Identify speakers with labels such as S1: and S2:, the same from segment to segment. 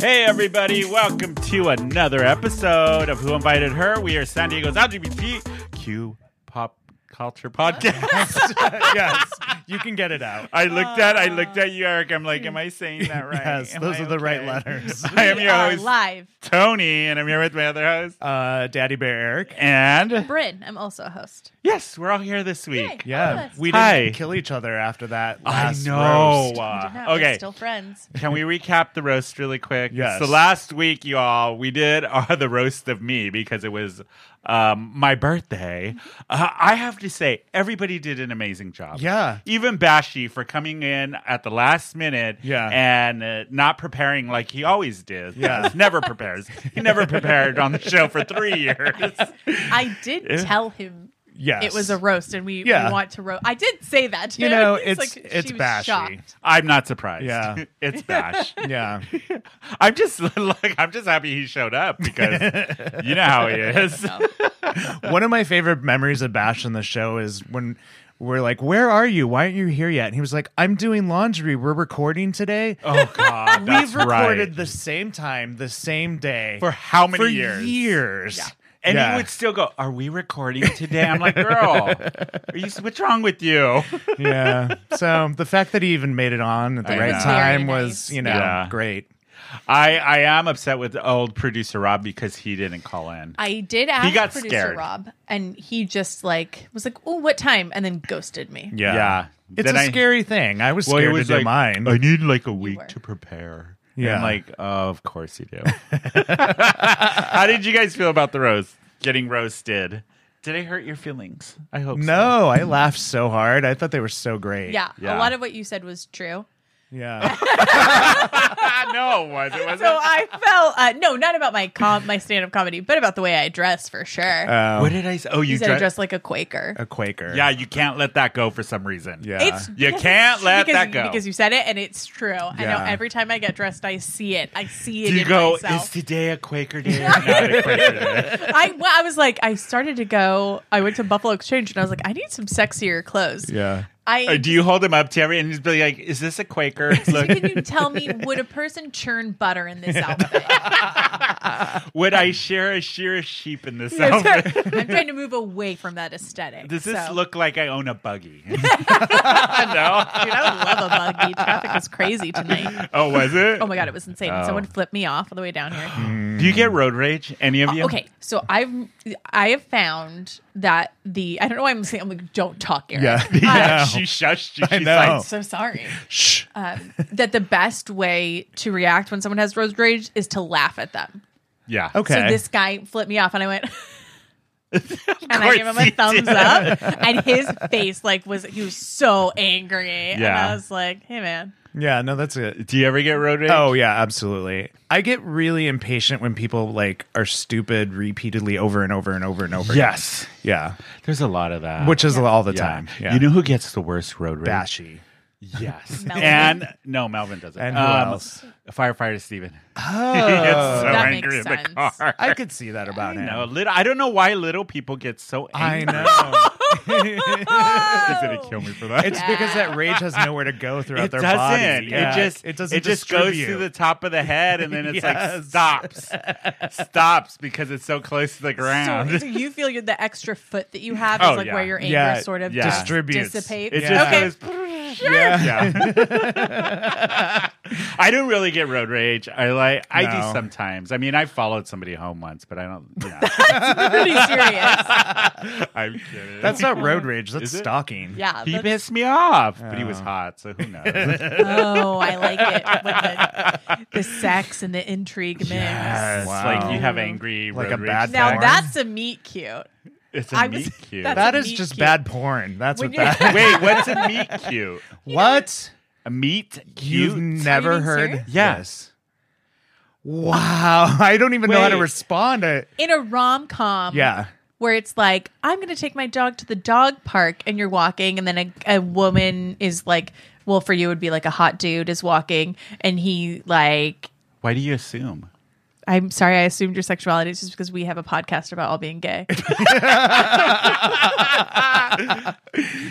S1: Hey, everybody, welcome to another episode of Who Invited Her. We are San Diego's LGBTQ pop culture podcast.
S2: yes, you can get it out.
S1: I looked at I looked at you, Eric. I'm like, am I saying that right?
S2: Uh, Yes,
S1: Am
S2: those
S1: I
S2: are the right
S1: okay?
S2: letters.
S1: I am
S3: We
S1: your
S3: are
S1: host,
S3: live.
S1: Tony, and I'm here with my other host.
S2: Uh, Daddy Bear Eric.
S1: And
S3: Bryn, I'm also a host.
S1: yes, we're all here this week.
S3: Yay.
S2: Yeah,
S3: Yes.
S2: we didn't
S1: Hi.
S2: kill each other after that.
S1: I
S2: Last
S1: know.
S2: roast.
S1: Uh,
S3: We did not. We're
S1: okay.
S3: still friends.
S1: Can we recap the roast really quick?
S2: Yes.
S1: So last week, y'all, we did uh, the roast of me because it was um, my birthday. Uh, I have to say, everybody did an amazing job.
S2: Yeah.
S1: Even Bashy for coming in at the last minute
S2: Yeah.
S1: and uh, not preparing like he always did.
S2: Yeah.
S1: Never prepares. He never prepared on the show for three years.
S3: I did
S1: Yeah.
S3: tell him
S2: Yes,
S3: it was a roast, and we, we
S2: Yeah.
S3: want to roast. I did say that. To
S2: You
S3: him.
S2: know, it's
S3: He's like,
S2: it's
S3: she was
S2: bashy.
S3: shocked.
S1: I'm not surprised.
S2: Yeah.
S1: it's Bash.
S2: Yeah,
S1: I'm just like I'm just happy he showed up because you know how he is.
S2: one of my favorite memories of Bash on the show is when we're like, "Where are you? Why aren't you here yet?" And he was like, "I'm doing laundry. We're recording today."
S1: Oh God, that's
S2: We've recorded
S1: right.
S2: the same time, the same day
S1: for how many
S2: for
S1: years?
S2: years. Yeah.
S1: And he would still go, "Are we recording today?" I'm like, "Girl, are you, what's wrong with you?"
S2: yeah. So the fact that he even made it on at the
S1: I
S2: right
S1: know.
S2: time
S3: Very
S2: was,
S3: nice.
S2: you know,
S1: Yeah.
S2: great.
S1: I I am upset with old producer Rob because he didn't call in.
S3: I did ask
S1: got
S3: producer
S1: scared.
S3: Rob, and he just like was like, "Oh, what time?" and then ghosted me.
S1: yeah,
S2: It's
S1: Then
S2: a
S1: I-
S2: scary thing. I was
S1: Well,
S2: scared
S1: it was
S2: to do
S1: like,
S2: mine.
S1: I need like a
S3: were.
S1: week to prepare.
S2: Yeah.
S1: Yeah, like of course you do. how did you guys feel about the roast? Getting roasted? Did I hurt your feelings? I hope so.
S2: no, I laughed so hard. I thought they were so great.
S3: Yeah,
S1: Yeah.
S3: a lot of what you said was true.
S2: Yeah.
S1: Ah, no, it wasn't. It wasn't.
S3: So I felt uh, no, not about my com- my stand up comedy, but about the way I dress for sure.
S1: what did I say? Oh,
S3: he
S1: you
S3: said I
S1: dre-
S3: dress like a Quaker.
S2: Um, a Quaker.
S1: Yeah, you can't let that go for some reason.
S2: Yeah.
S3: It's
S1: You can't let
S3: because,
S1: that go.
S3: because you said it and it's true. I know
S2: Yeah.
S3: every time I get dressed, I see it. I see it.
S1: Do you
S3: in
S1: go, is
S3: myself.
S1: today a Quaker day or not a Quaker day?
S3: I well, I was like, I started to go. I went to Buffalo Exchange and I was like, I need some sexier clothes.
S2: Yeah.
S3: I
S1: Or do you hold him up to everyone and just be like, is this a Quaker? Look,
S3: can you tell me would a person churn butter in this outfit?
S1: would I share a shear of sheep in this
S3: I'm
S1: outfit?
S3: trying to move away from that aesthetic.
S1: Does this
S3: so.
S1: look like I own a buggy? no.
S3: Dude, I would love a buggy. Traffic was crazy tonight.
S1: Oh, was it?
S3: Oh my god, it was insane.
S1: Oh.
S3: Someone flipped me off on the way down here.
S1: Do you get road rage? Any of you?
S3: Uh, Oh, Okay, so I've I have found that the I don't know why I'm saying I'm like don't talk, Eric.
S2: Yeah.
S1: Yeah, she
S2: No.
S1: shushed you.
S2: I
S1: She's
S2: know.
S1: like,
S3: So sorry.
S2: Shh.
S3: Um, that the best way to react when someone has road rage is to laugh at them.
S1: yeah.
S2: Okay.
S3: So this guy flipped me off, and I went. and I
S1: course
S3: gave him
S1: he
S3: a thumbs
S1: did.
S3: up, and his face like was he was so angry, and
S1: Yeah.
S3: I was like, "Hey man,
S2: yeah. No, that's it.
S1: Do you ever get road rage?
S2: Oh yeah, absolutely. I get really impatient when people like are stupid repeatedly over and over and over and over. again.
S1: yes.
S2: Yeah.
S1: There's a lot of that.
S2: Which is all the
S1: Yeah.
S2: time. Yeah.
S1: You know who gets the worst road rage?
S2: bashy.
S1: Yes.
S3: Melvin.
S1: And no, Melvin doesn't. Um,
S2: And who else?
S1: Firefighter Steven.
S2: Oh,
S1: he gets so
S3: That makes
S1: angry in the
S3: sense.
S1: car.
S2: I could see that about him.
S1: no, little, I don't know why little people get so
S2: I
S1: angry.
S2: know.
S1: He's gonna kill me for that.
S2: it's because that rage has nowhere to go throughout
S1: it
S2: their
S1: doesn't.
S2: bodies. Yeah,
S1: It just
S2: it doesn't.
S1: It just goes
S2: distribute.
S1: to the top of the head, and then it's like
S2: Yes.
S1: stops, stops because it's so close to the ground.
S3: So, so you feel you're, the extra foot that you have
S1: Oh,
S3: is like
S1: yeah.
S3: where your anger
S2: Yeah,
S3: sort of
S1: yeah.
S3: just
S2: Distributes.
S3: dissipates.
S1: It
S2: Yeah.
S3: okay,
S1: just goes.
S2: Yeah.
S1: Yeah. I don't really get road rage. I like. I
S2: No.
S1: do sometimes. I mean, I followed somebody home once, but I don't. You know,
S3: pretty serious.
S1: I'm kidding.
S2: That's not road rage. That's
S1: Is it?
S2: stalking.
S3: Yeah.
S1: he
S3: that's-
S1: pissed me off, but he was hot, so who knows?
S3: oh, I like it with the, the sex and the intrigue mix.
S1: Yes.
S2: Wow.
S1: Like you have angry
S2: Like
S1: road
S2: a
S1: rage
S2: bad
S3: Now
S1: sex.
S2: Porn.
S3: that's a meat cute.
S1: it's a
S3: I
S1: meat
S3: was-
S1: cute.
S3: that's-
S2: That
S3: a
S2: is
S3: meat
S2: just
S3: cute.
S2: bad porn. That's
S3: When
S2: what
S3: you're-
S2: that.
S1: Wait, what's a meat cute?
S2: what?
S1: A meat
S2: You've
S1: cute?
S2: never
S3: being
S2: heard?
S3: serious?
S1: Yes.
S2: Wow. I don't even know how to
S1: Wait.
S2: respond. To,
S3: In a rom com.
S2: yeah.
S3: where it's like i'm going to take my dog to the dog park and you're walking and then a, a woman is like well for you it would be like a hot dude is walking and he like
S1: Why do you assume?
S3: I'm sorry I assumed your sexuality. It's just because we have a podcast about all being gay.
S1: Uh.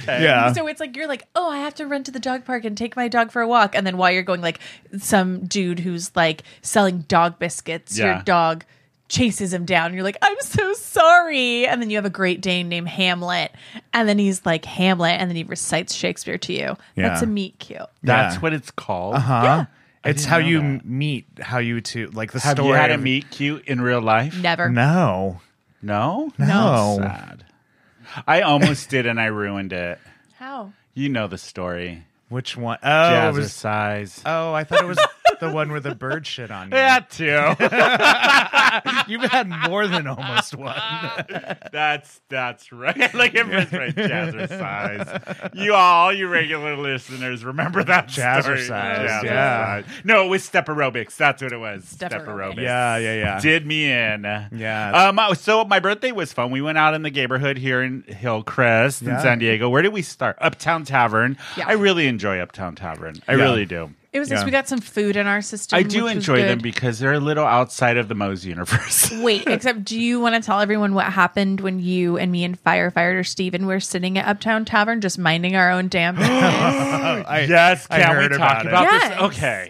S2: Yeah.
S3: so it's like you're like, oh, I have to run to the dog park and take my dog for a walk, and then while you're going, like some dude who's like selling dog biscuits,
S1: Yeah.
S3: your dog chases him down. You're like, I'm so sorry, and then you have a Great Dane named Hamlet, and then he's like Hamlet, and then he recites Shakespeare to you. That's
S2: Yeah.
S3: a meat cute.
S1: That's
S2: Yeah. Uh-huh.
S1: what it's called.
S2: Huh? It's
S1: didn't
S2: how
S1: know
S2: you
S1: that.
S2: m- meet, how you two, like the
S1: Have
S2: story.
S1: you had a
S2: of-
S1: meet cute in real life?
S3: Never.
S2: No.
S1: No,
S2: No.
S1: That's sad. I almost did, and I ruined it.
S3: How?
S1: You know the story.
S2: Which one? Oh, it was-
S1: Jazzercise.
S2: oh, I thought it was the one where the bird shit on you.
S1: that too.
S2: You've had more than almost one.
S1: that's that's right. Like it was right. Jazzercise. You all, you regular listeners, remember that story.
S2: Jazzercise, yeah.
S1: Jazzercise. No, it was step aerobics. That's what it was.
S3: Step
S1: Step,
S3: aerobics.
S1: aerobics.
S2: Yeah, yeah, yeah.
S1: Did me in.
S2: Yeah.
S1: Um. So my birthday was fun. We went out in the neighborhood here in Hillcrest
S2: Yeah.
S1: in San Diego. Where did we start? Uptown Tavern.
S3: Yeah.
S1: I really enjoy Uptown Tavern. I
S2: Yeah.
S1: really do.
S3: It was
S2: Yeah.
S3: nice. We got some food in our system.
S1: I do
S3: which was
S1: enjoy them
S3: good.
S1: because they're a little outside of the Moe's universe.
S3: Wait, except do you want to tell everyone what happened when you and me and firefighter Steven were sitting at Uptown Tavern just minding our own damn business?
S2: I,
S1: yes,
S2: I
S1: can we
S2: heard
S1: talk
S2: about
S1: about,
S2: it.
S3: Yes.
S1: this? Okay.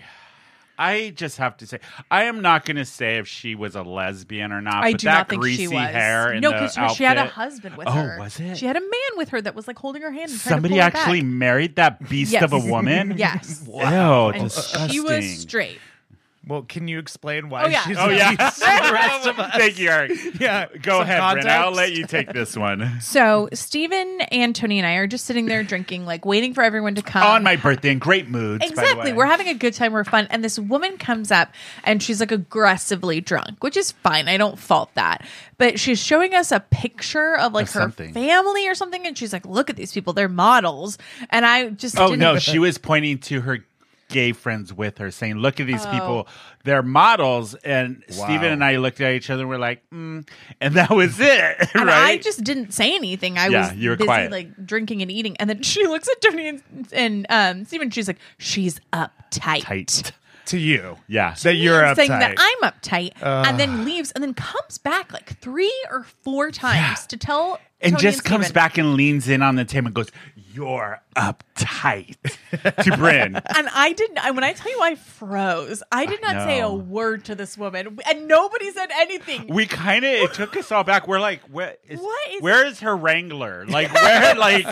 S1: I just have to say, I am not going to say if she was a lesbian or not.
S3: I
S1: but
S3: do
S1: that
S3: not think
S1: greasy
S3: she was.
S1: hair and
S3: no,
S1: the
S3: because she had a
S1: outfit-
S3: husband with
S1: Oh,
S3: her.
S1: was it?
S3: She had a man with her that was like holding her hand. And trying to
S1: Somebody
S3: pull her
S1: actually
S3: back.
S1: married that beast
S3: Yes.
S1: of a woman.
S3: Yes.
S1: Wow. Ew,
S3: And
S1: disgusting.
S3: she was straight.
S2: Well, can you explain why
S3: Oh, yeah.
S2: she's
S1: Oh yeah.
S2: the rest of us?
S1: Thank you, Eric.
S2: Yeah.
S1: Go
S2: Some
S1: ahead, Brent. I'll
S2: context?
S1: let you take this one.
S3: So Steven and Tony and I are just sitting there drinking, like waiting for everyone to come.
S1: On my birthday, in great moods. By the
S3: Exactly.
S1: way.
S3: We're having a good time. We're fun. And this woman comes up and she's like aggressively drunk, which is fine. I don't fault that. But she's showing us a picture of like
S1: Of
S3: her
S1: something.
S3: family or something. And she's like, look at these people. They're models. And I just.
S1: Oh
S3: didn't-
S1: no, she was pointing to her gay friends with her, saying, "Look at these people;
S3: Oh.
S1: they're models." And
S2: Wow.
S1: Steven and I looked at each other, and we're like, mm, and that was it,
S3: And I
S1: right?
S3: just didn't say anything. I
S1: Yeah,
S3: was
S1: you were
S3: busy,
S1: quiet.
S3: like drinking and eating. And then she looks at Tony and, and um, Steven. She's like, she's uptight.
S1: tight,
S2: To you.
S1: yeah.
S2: That you're uptight.
S3: saying that I'm uptight, and then leaves, and then comes back like three or four times to tell.
S1: and
S3: Tony
S1: just comes
S3: Steven.
S1: back and leans in on the table and goes, "You're uptight," to Bryn.
S3: And I didn't. I- When I tell you, I froze. I did not say a
S1: know.
S3: word to this woman, and nobody said anything.
S1: We kind of it took us all back. We're like, what is,
S3: What is-
S1: where is her wrangler? Like, where? like,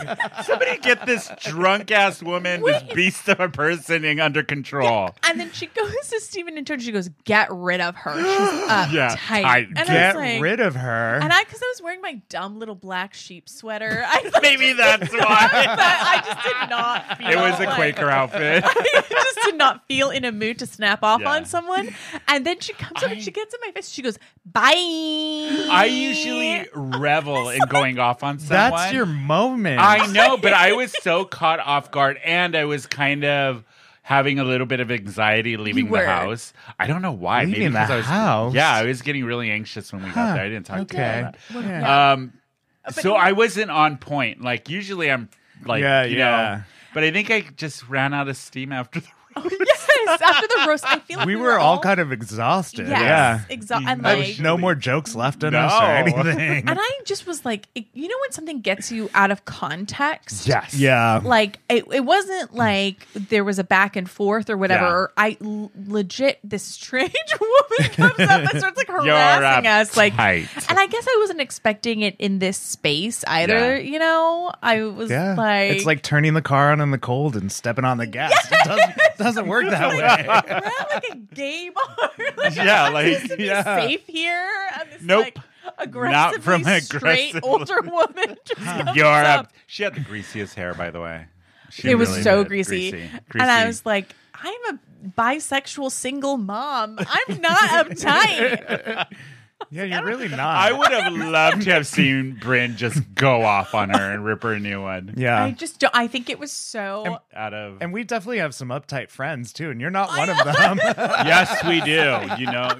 S1: somebody get this drunk ass woman,
S3: Wait.
S1: this beast of a person, in under control.
S3: and then she goes to Stephen and Tony. She goes, "Get rid of her. She's up
S1: Yeah,
S3: tight.
S1: tight.
S3: And
S2: Get
S3: I was like,
S2: rid of her.
S3: And I, because I was wearing my dumb little black sheep sweater, I like,
S1: Maybe
S3: just
S1: that's
S3: did
S1: why.
S3: not- I just did not. Feel
S1: It was a
S3: like-
S1: Quaker outfit.
S3: I just did not feel in a mood to snap off
S1: Yeah.
S3: on someone. And then she comes up
S1: I-
S3: and she gets in my face. She goes, "Bye."
S1: I usually revel in going off on someone.
S2: That's your moment.
S1: I know, but I was so caught off guard, and I was kind of having a little bit of anxiety leaving
S3: were.
S1: the house. I don't know why. Maybe
S2: Leaving the
S1: because I was,
S2: house?
S1: Yeah, I was getting really anxious when we got
S2: Huh,
S1: there. I didn't talk
S2: okay.
S1: to you about
S2: Yeah.
S1: that. Um, so
S3: you-
S1: I wasn't on point. Like usually, I'm like,
S2: Yeah,
S1: you
S2: yeah.
S1: know. But I think I just ran out of steam after the.
S3: yes. After the roast, I
S1: Uh,
S3: feel like
S2: we were all kind of exhausted. Yeah.
S3: exactly. And
S1: I
S2: There
S1: was
S3: like,
S2: was no more jokes left in
S1: No.
S2: us or anything.
S3: and I just was like, it- you know, when something gets you out of context.
S1: Yes.
S2: yeah.
S3: Like it, it wasn't like there was a back and forth or whatever.
S1: Hmm. Yeah.
S3: Or I l- legit this strange woman comes up and starts like
S1: You're
S3: harassing us, like,
S1: uptight.
S3: and I guess I wasn't expecting it in this space either.
S1: Yeah.
S3: You know, I was
S2: Yeah.
S3: like,
S2: it's like turning the car on in the cold and stepping on the gas. It doesn't, it doesn't work that way.
S3: we're at like a gay bar. like,
S1: Yeah,
S3: I'm supposed
S1: like,
S3: to be
S2: yeah.
S3: safe here. And this
S1: Nope.
S3: like aggressively
S1: from
S3: straight
S1: aggressively.
S3: older woman. Just comes
S1: You're
S3: up.
S1: up. She had the greasiest hair, by the way. She
S3: It was
S1: really
S3: so
S1: did.
S3: greasy.
S1: greasy.
S3: and I
S1: Greasy.
S3: was like, I'm a bisexual single mom. I'm not uptight.
S2: Yeah, you're really not.
S1: I would have loved to have seen Bryn just go off on her and rip her a new one.
S2: yeah.
S3: I just don't. I think it was so.
S1: Out of
S2: and we definitely have some uptight friends too, and you're not one of them.
S1: yes, we do. You know,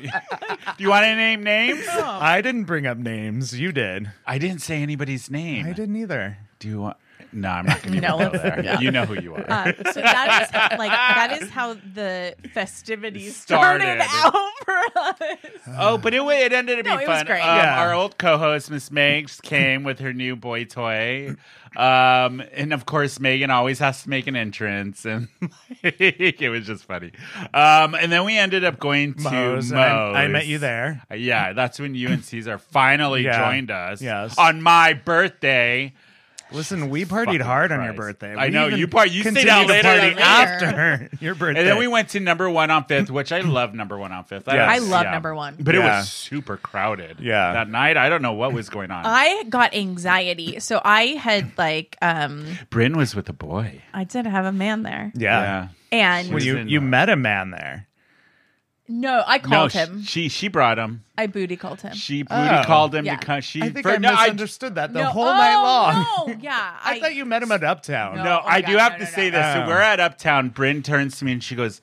S1: do you want to name names?
S2: I didn't bring up names. You did.
S1: I didn't say anybody's name.
S2: I didn't either.
S1: Do you want? No, I'm not going to go
S3: No, let's-
S1: there.
S3: yeah.
S1: You know who you are.
S3: Uh, so that is like that is how the festivities started,
S1: Started.
S3: out for us.
S1: Oh, but it, wa- it ended up
S3: No,
S1: being
S3: it was
S1: fun.
S3: great.
S1: Um,
S2: Yeah.
S1: Our old co-host Miss Megs came with her new boy toy, um, and of course Megan always has to make an entrance, and like, it was just funny. Um, and then we ended up going to Moe's.
S2: Moe's, and I, I met you there.
S1: Uh, Yeah, that's when you and Caesar finally
S2: Yeah.
S1: joined us.
S2: Yes.
S1: on my birthday.
S2: Listen, we partied
S1: fucking
S2: hard on your
S1: Christ.
S2: birthday.
S1: I
S2: We
S1: know,
S2: even
S1: you par- you stayed
S2: continued
S1: out
S2: to
S1: later
S2: party
S1: than
S3: me.
S2: after your birthday.
S1: And then we went to number one on Fifth, which I love number one on Fifth.
S2: Yes.
S3: I
S1: don't-
S3: love
S1: yeah.
S3: number one.
S1: But it
S2: Yeah.
S1: was super crowded.
S2: Yeah.
S1: That night, I don't know what was going on.
S3: I got anxiety, so I had like um
S1: Bryn was with a boy.
S3: I did have a man there,
S2: Yeah.
S3: and
S1: Well,
S2: Well, you
S1: in,
S2: you
S1: uh,
S2: met a man there.
S3: no, I
S1: No,
S3: called
S1: sh-
S3: him.
S1: she she brought him.
S3: I booty called him.
S1: She booty
S2: Oh.
S1: called him
S3: Yeah.
S1: to come. She
S2: I think
S1: for-
S2: I
S1: no,
S2: misunderstood that the
S3: No-
S2: whole night
S3: oh,
S2: long.
S3: No, yeah,
S2: I, thought you met him at Uptown.
S1: I,
S3: No.
S1: no,
S3: Oh my
S1: I
S3: God,
S1: do have
S3: no,
S1: to
S3: no,
S1: say
S3: no.
S1: this. So
S2: Oh.
S1: we're at Uptown. Bryn turns to me and she goes,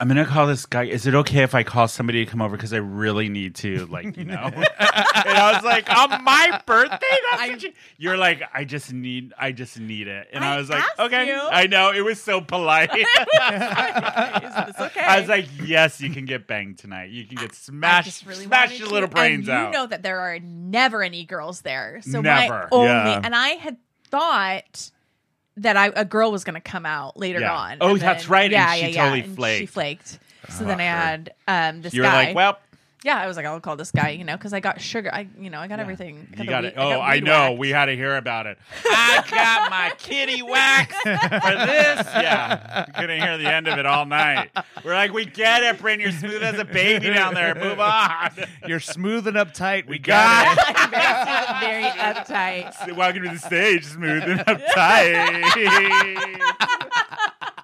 S1: "I'm gonna call this guy. Is it okay if I call somebody to come over? Because I really need to, like, you know." and I was like, "On my birthday, that's what you-" you're like, I just need, I just need it." And I,
S3: I
S1: was like,
S3: asked
S1: "Okay,
S3: you.
S1: I know." It was so polite.
S3: Is this okay?
S1: I was like, "Yes, you can get banged tonight. You can get
S3: I
S1: smashed,
S3: just really
S1: smash
S3: wanted
S1: your little
S3: to.
S1: brains
S3: and
S1: out."
S3: You know that there are never any girls there. So
S1: Never.
S3: my only
S2: Yeah.
S3: and I had thought that I a girl was going to come out later
S1: Yeah.
S3: on.
S1: Oh,
S3: and
S1: that's right, and
S3: Yeah,
S1: she
S3: yeah,
S1: totally
S3: yeah. and she
S1: flaked.
S3: flaked. So then I
S1: Fucker.
S3: had um, this
S1: you were
S3: guy.
S1: like, "Well."
S3: yeah, I was like, I'll call this guy, you know, because I got sugar. I, you know, I got everything.
S1: You
S3: the
S1: got
S3: weed-
S1: it. Oh,
S3: got
S1: I
S3: weed
S1: know.
S3: whacked.
S1: We had to hear about it. I got my kitty wax for this. Yeah. You're going to hear the end of it all night. We're like, we get it, Bryn. You're smooth as a baby down there. Move on.
S2: You're smooth and uptight. We got
S1: Got it.
S3: I was very uptight.
S1: Welcome to the stage, smooth and uptight.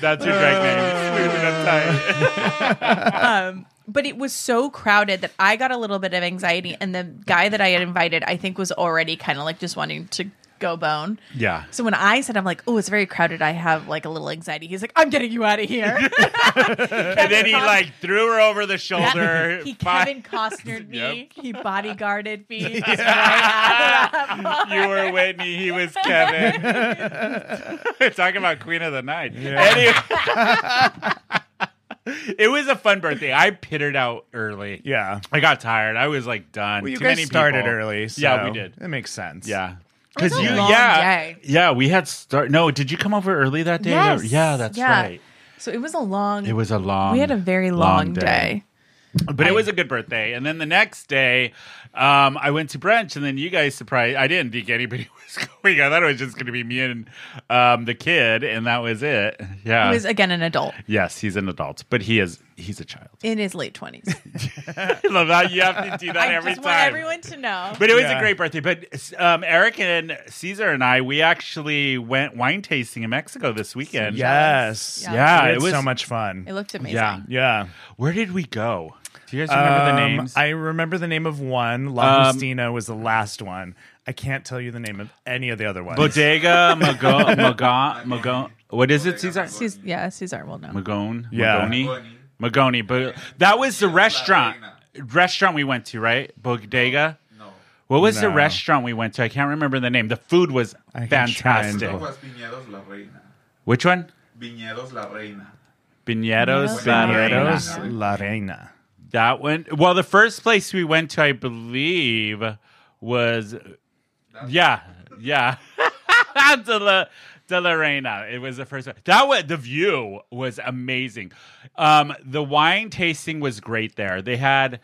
S1: That's your drag name, smooth and uptight.
S3: um, but it was so crowded that I got a little bit of anxiety, and the guy that I had invited, I think, was already kind of like just wanting to go bone.
S1: Yeah.
S3: So when I said, I'm like, oh, it's very crowded. I have like a little anxiety. He's like, I'm getting you out of here.
S1: And then he like threw her over the shoulder.
S3: he
S1: Bye.
S3: Kevin Costnered me.
S1: Yep.
S3: He bodyguarded me.
S1: You were Whitney. He was Kevin. Talking about Queen of the Night. Anyway. it was a fun birthday. I pittered out early.
S2: it. Yeah.
S1: I got tired. I was like done.
S2: Well, you
S1: Too
S2: guys
S1: many
S2: started
S1: people.
S2: early. So
S1: Yeah, we did.
S2: It makes sense.
S1: Yeah.
S3: It was a long
S1: yeah,
S3: day.
S1: yeah, we had start. No, did you come over early that day?
S3: Yes.
S1: Yeah, that's
S3: Yeah.
S1: right.
S3: So it was a long.
S1: It was a long.
S3: we had a very long, day.
S1: But it was a good birthday. And then the next day, um, I went to brunch, and then you guys surprised. I didn't think anybody was going. I thought it was just going to be me and um, the kid, and that was it. Yeah.
S3: He was again an adult
S1: yes, he's an adult, but he is he's a child.
S3: in his late twenties.
S1: I love that you have to do that
S3: I
S1: every
S3: just want
S1: time.
S3: everyone to know.
S1: but it was a
S2: Yeah.
S1: great birthday. But um, Eric and Caesar and I, we actually went wine tasting in Mexico this weekend.
S2: Yes.
S3: Yeah.
S1: Yeah,
S2: We
S1: it
S2: had
S1: was-
S2: so much
S3: it
S2: fun.
S3: looked amazing.
S1: Yeah.
S2: Yeah.
S1: Where did we go? Do you guys remember the
S2: Um,
S1: names? Um,
S2: I remember the name of one. La Cristina was the last one. I can't tell you the name of any of the other ones.
S1: Bodega Magon Magon Magon. What is it, Caesar?
S3: Cis- yeah, Cesar will know.
S1: Magone,
S2: Yeah.
S1: Magoni, Magoni. But that was the restaurant restaurant we went to, right? Bodega.
S4: No.
S1: What was the
S2: Oh. No.
S1: restaurant we went to? I can't remember the name. The food was
S2: I can try and
S1: fantastic.
S4: It was Viñedos La Reina.
S1: Which one?
S4: Viñedos La Reina.
S1: Viñedos La Reina.
S2: Viñedos La Reina.
S1: That one. Well, the first place we went to, I believe, was yeah, yeah, De La De La Reina. It was the first one. That was the view was amazing. Um, the wine tasting was great there. They had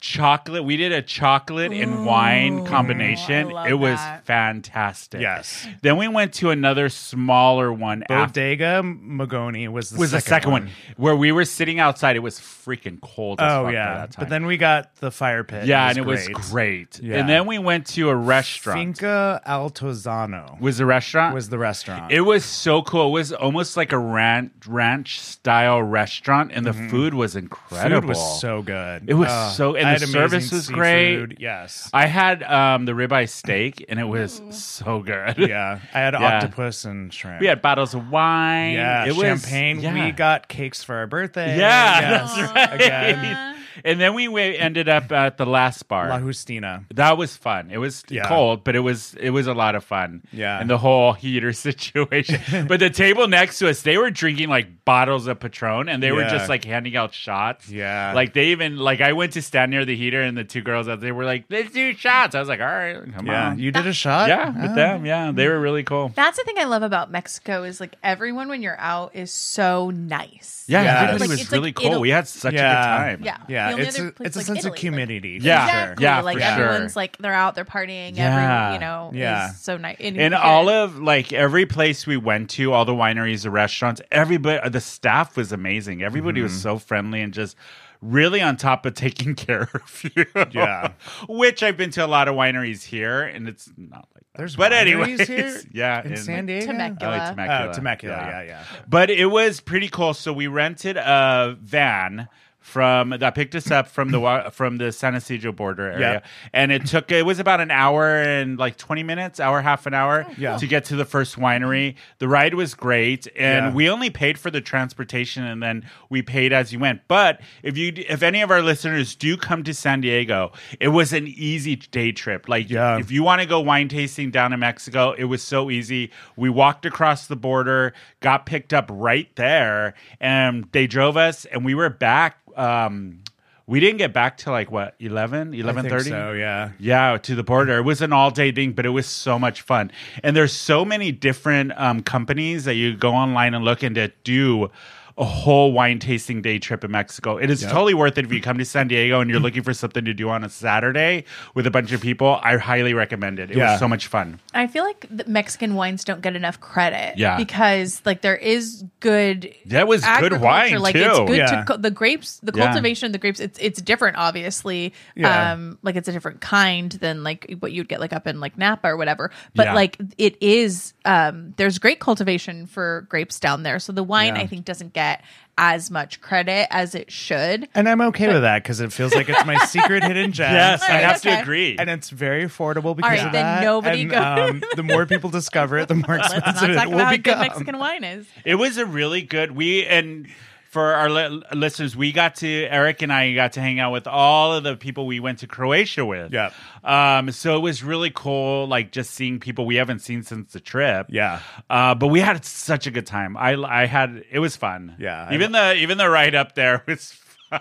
S1: chocolate. We did a chocolate and wine combination.
S3: I love
S1: It was
S3: that.
S1: fantastic.
S2: Yes.
S1: Then we went to another smaller one. after
S2: Bodega Magoni was the
S1: was
S2: second
S1: the second one. where we were sitting outside. It was freaking cold. As
S2: Oh
S1: fuck by
S2: yeah,
S1: that time.
S2: but then we got the fire pit.
S1: yeah, and it was great.
S2: Yeah.
S1: And then we went to a restaurant.
S2: Finca Altozano
S1: was the restaurant?
S2: was the restaurant.
S1: it was so cool. It was almost like a ranch ranch style restaurant, and the food was incredible.
S2: Mm-hmm. Food was so good.
S1: It was
S2: Ugh,
S1: so- and
S2: I
S1: the
S2: had
S1: service
S2: amazing
S1: was great.
S2: seafood. Yes.
S1: I had um, the ribeye steak, and it was so good.
S2: yeah, I had
S1: Yeah.
S2: octopus and shrimp.
S1: we had bottles of wine.
S2: yeah,
S1: it was
S2: champagne.
S1: yeah.
S2: We got cakes for our birthday.
S1: Yeah,
S2: Yes.
S1: that's right.
S2: Again.
S1: And then we wa- ended up at the last bar.
S2: La Justina.
S1: That was fun. It was
S2: Yeah.
S1: cold, but it was it was a lot of fun.
S2: Yeah.
S1: And the whole heater situation. but the table next to us, they were drinking like bottles of Patron and they were
S2: Yeah.
S1: just like handing out shots.
S2: Yeah.
S1: Like they even like I went to stand near the heater and the two girls out there were like, Let's do shots. I was like, All right, come
S2: Yeah,
S1: on.
S2: you did a shot.
S1: yeah, with
S2: Oh.
S1: them. Yeah. They were really cool.
S3: That's the thing I love about Mexico is like everyone when you're out is so nice.
S1: Yeah,
S2: Yeah.
S1: everybody
S2: Like,
S1: was
S3: it's like
S1: really cool.
S3: Italy.
S1: we had such
S2: Yeah.
S1: a good time.
S3: Yeah.
S2: Yeah,
S3: The only
S2: it's
S3: other
S2: a,
S3: place
S2: it's a
S3: like
S2: sense
S3: Italy,
S2: of
S3: like-
S2: community.
S1: Yeah.
S2: for
S3: exactly.
S2: sure.
S1: Yeah,
S3: like
S1: for
S3: everyone's
S1: sure.
S3: like they're out, they're partying.
S1: Yeah.
S3: Everyone, you know,
S2: Yeah.
S3: is so nice.
S1: And all of like every place we went to, all the wineries, the restaurants, everybody, the staff was amazing. Everybody
S2: Mm-hmm.
S1: was so friendly and just really on top of taking care of you.
S2: Yeah.
S1: Which I've been to a lot of wineries here and it's not like that.
S2: There's
S1: but
S2: wineries
S1: anyways,
S2: here?
S1: yeah,
S2: in San Diego.
S3: Temecula.
S1: Oh, it's Temecula.
S2: Oh, Temecula. Yeah, yeah.
S1: But it was pretty cool. So we rented a van from that picked us up from the wa- from the San Isidro border area, and it took it was about an hour and like twenty minutes, hour half an hour
S2: Oh, Yeah.
S1: to get to the first winery. The ride was great, and
S2: Yeah.
S1: we only paid for the transportation, and then we paid as you went. But if you d- if any of our listeners do come to San Diego, it was an easy day trip. Like
S2: Yeah.
S1: if if you want to go wine tasting down in Mexico, it was so easy. We walked across the border, got picked up right there, and they drove us, and we were back. Um, we didn't get back till like what 11
S2: I think
S1: 11.30
S2: So yeah.
S1: yeah, to the border. It was an all day thing, but it was so much fun. And there's so many different um, companies that you go online and look and that do a whole wine tasting day trip in Mexico. It is totally worth it if you come to San Diego and you're looking for something to do on a Saturday with a bunch of people. I highly recommend it. It
S2: Yeah.
S1: was so much fun.
S3: I feel like the Mexican wines don't get enough credit.
S1: Yeah.
S3: because like there is good.
S1: That was good
S3: agriculture.
S1: wine,
S3: like,
S1: too.
S3: It's good
S2: Yeah.
S3: to cu- the grapes, the
S1: Yeah.
S3: cultivation of the grapes. It's it's different, obviously.
S2: Yeah.
S3: Um, like it's a different kind than like what you'd get like up in like Napa or whatever. But
S1: Yeah.
S3: like it is, um, there's great cultivation for grapes down there. So the wine,
S2: Yeah.
S3: I think, doesn't get as much credit as it should.
S2: And I'm okay with that because it feels like it's my secret hidden gem.
S1: Yes, I
S3: Alright,
S1: have to
S3: okay.
S1: agree.
S2: And it's very affordable because
S3: Alright,
S2: of
S3: then
S2: that.
S3: nobody
S2: and,
S3: goes-
S2: um, the more people discover it, the more
S3: Let's not
S2: expensive
S3: talk
S2: it
S3: about
S2: will
S3: how good
S2: become.
S3: Mexican wine is.
S1: It was a really good we and for our li- listeners, we got to Eric and I got to hang out with all of the people we went to Croatia with.
S2: Yep.
S1: Um, so it was really cool, like just seeing people we haven't seen since the trip.
S2: Yeah.
S1: Uh, but we had such a good time. I I had it was fun.
S2: Yeah, I-
S1: Even the even the ride up there was. Fun.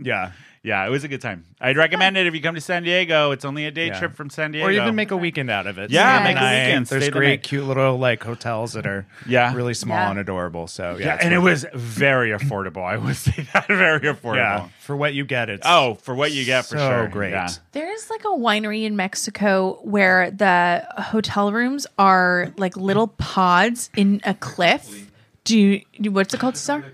S2: Yeah.
S1: Yeah, it was a good time. I'd recommend it if you come to San Diego. It's only a day
S2: Yeah.
S1: trip from San Diego.
S2: Or even make a weekend out of it.
S1: Yeah,
S2: Stay
S3: make
S2: the
S3: a
S2: night.
S1: weekend,
S2: There's
S1: stay the
S2: great,
S1: night.
S2: cute little like hotels that are
S1: Yeah.
S2: really small
S3: Yeah.
S2: and adorable. So yeah,
S1: Yeah,
S2: it's
S1: and it
S2: worth
S1: was very affordable. I would say that very affordable.
S2: yeah for what you get. It's
S1: Oh, for what you get for
S2: So
S1: sure.
S2: great.
S1: Yeah.
S3: There is like a winery in Mexico where the hotel rooms are like little pods in a cliff. Do you, do- what's it called, Star?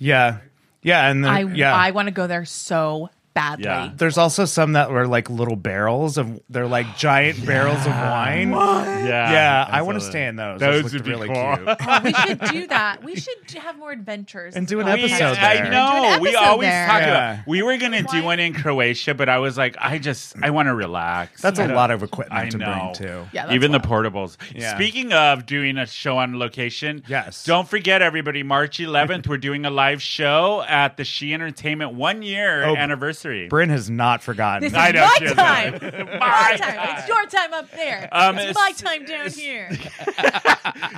S2: yeah, yeah, and then,
S3: I
S2: yeah.
S3: I want to go there so badly.
S1: Uh, Yeah.
S2: there's also some that were like little barrels of they're like giant barrels of wine.
S1: Yeah.
S2: Yeah, I
S1: saw
S2: want to
S1: that.
S2: stay in those.
S1: Those
S2: looked
S1: would be
S2: really
S1: cool.
S2: cute.
S3: Oh, we should do that. We should have more adventures
S2: And do an
S3: Oh,
S1: We-
S2: episode
S3: yeah.
S2: there.
S1: I know.
S3: Do an
S1: We
S3: episode
S1: always
S3: there.
S1: talk
S2: Yeah.
S1: about. We were gonna do one in Croatia, but I was like, I just, I want to relax.
S2: That's
S1: I
S2: a
S1: don't-
S2: lot of
S1: I
S2: equipment to
S1: know.
S2: bring too.
S3: Yeah, that's
S1: Even the
S3: wild.
S1: portables.
S2: Yeah.
S1: Speaking of doing a show on location,
S2: Yes.
S1: Don't forget, everybody. March 11th, we're doing a live show at the She Entertainment one year
S2: Oh,
S1: anniversary.
S2: Bryn has not forgotten.
S3: This is
S1: I know, she
S3: my
S1: has
S3: time.
S1: not.
S3: my time. It's your time up there.
S1: Um,
S3: it's my
S1: it's-
S3: time down here.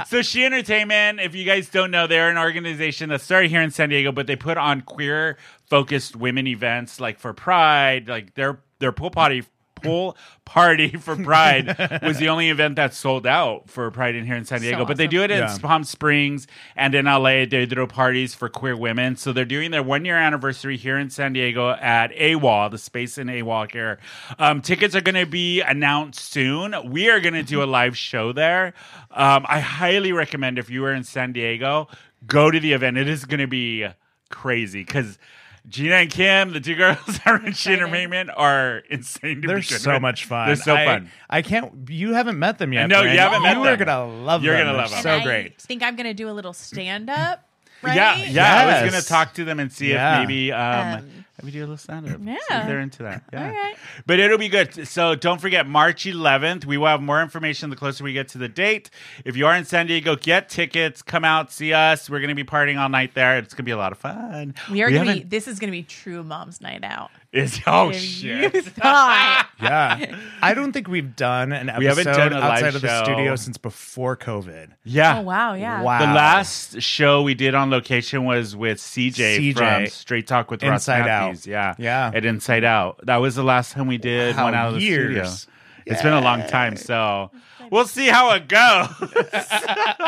S1: So She Entertainment, if you guys don't know, they're an organization that started here in San Diego, but they put on queer focused women events like for Pride, like their their pool party pool party for Pride was the only event that sold out for Pride in here in San Diego. But they
S3: awesome.
S1: do it in
S2: Yeah.
S1: Palm Springs and in LA. They throw parties for queer women. So they're doing their one year anniversary here in San Diego at AWOL, the space in AWOL here. Um, tickets are going to be announced soon. We are going to
S2: Mm-hmm.
S1: do a live show there. Um, I highly recommend if you are in San Diego, go to the event. It is going to be crazy because. Gina and Kim, the two girls that are in Sheen Entertainment, are insane. To
S2: They're
S1: begin
S2: so
S1: with.
S2: much fun.
S1: They're so
S2: I,
S1: fun.
S2: I can't. You haven't met them yet.
S1: No, you
S2: Bryn.
S1: haven't met
S2: You are
S1: them.
S2: gonna love.
S1: You're
S2: them.
S1: gonna love them.
S2: They're So
S3: And I
S2: great.
S3: think I'm gonna do a little stand up. Right?
S1: Yeah, yeah. I was
S2: Yes.
S1: gonna talk to them and see
S2: Yeah.
S1: if maybe um,
S3: Um,
S1: We do a little stand up.
S3: Yeah.
S1: they're into that. Yeah.
S3: right.
S1: But it'll be good. So don't forget March 11th. We will have more information the closer we get to the date. If you are in San Diego, get tickets. Come out, see us. We're going to be partying all night there. It's going to be a lot of fun.
S3: We are gonna be.
S1: haven't-
S3: This is gonna be true mom's night out.
S1: It's, oh,
S3: If
S1: shit.
S3: You thought
S2: Yeah. I don't think we've done an episode
S1: We haven't done a live
S2: outside of the
S1: show.
S2: studio since before COVID.
S1: Yeah.
S3: Oh wow! Yeah.
S2: Wow.
S1: The last show we did on location was with CJ,
S2: CJ.
S1: from Straight Talk with Ross
S2: Inside
S1: Matthews.
S2: Out.
S1: Yeah.
S2: Yeah.
S1: At Inside Out. That was the last time we did
S2: Wow,
S1: one out of the studio.
S2: years.
S1: It's been a long time, so we'll see how it goes.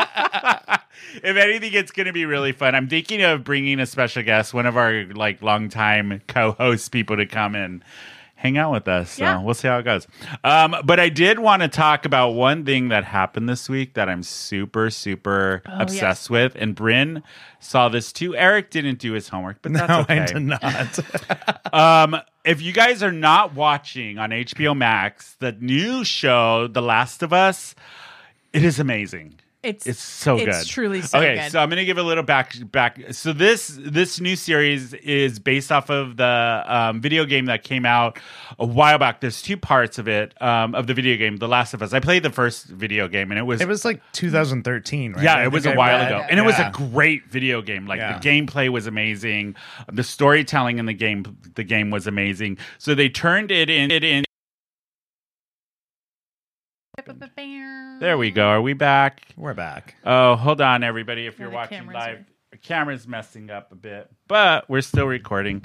S1: if anything, it's going to be really fun. I'm thinking of bringing a special guest, one of our like longtime co-host people, to come and hang out with us. So
S3: Yeah.
S1: we'll see how it goes. Um, but I did want to talk about one thing that happened this week that I'm super, super
S3: Oh,
S1: obsessed with, and Bryn saw this too. Eric didn't do his homework, but that's
S2: no,
S1: okay.
S2: I did not.
S1: Um, if you guys are not watching on HBO Max the new show, The Last of Us, it is amazing.
S3: It's
S1: It's so
S3: it's
S1: good.
S3: truly so
S1: okay,
S3: good.
S1: so I'm gonna give a little back back. So this this new series is based off of the um, video game that came out a while back. There's two parts of it um, of the video game, The Last of Us. I played the first video game, and it was
S2: It was like 2013, right?
S1: yeah,
S2: I
S1: it was a
S2: think I
S1: while
S2: read.
S1: ago. And it was
S2: Yeah.
S1: a great video game. Like the
S2: Yeah.
S1: gameplay was amazing. The storytelling in the game the game was amazing. So they turned it in it in There we go. Are we back?
S2: We're back.
S1: Oh, hold on everybody if
S3: Yeah,
S1: you're
S3: the
S1: watching
S3: cameras
S1: live.
S3: are-
S1: the Camera's messing up a bit, but we're still recording.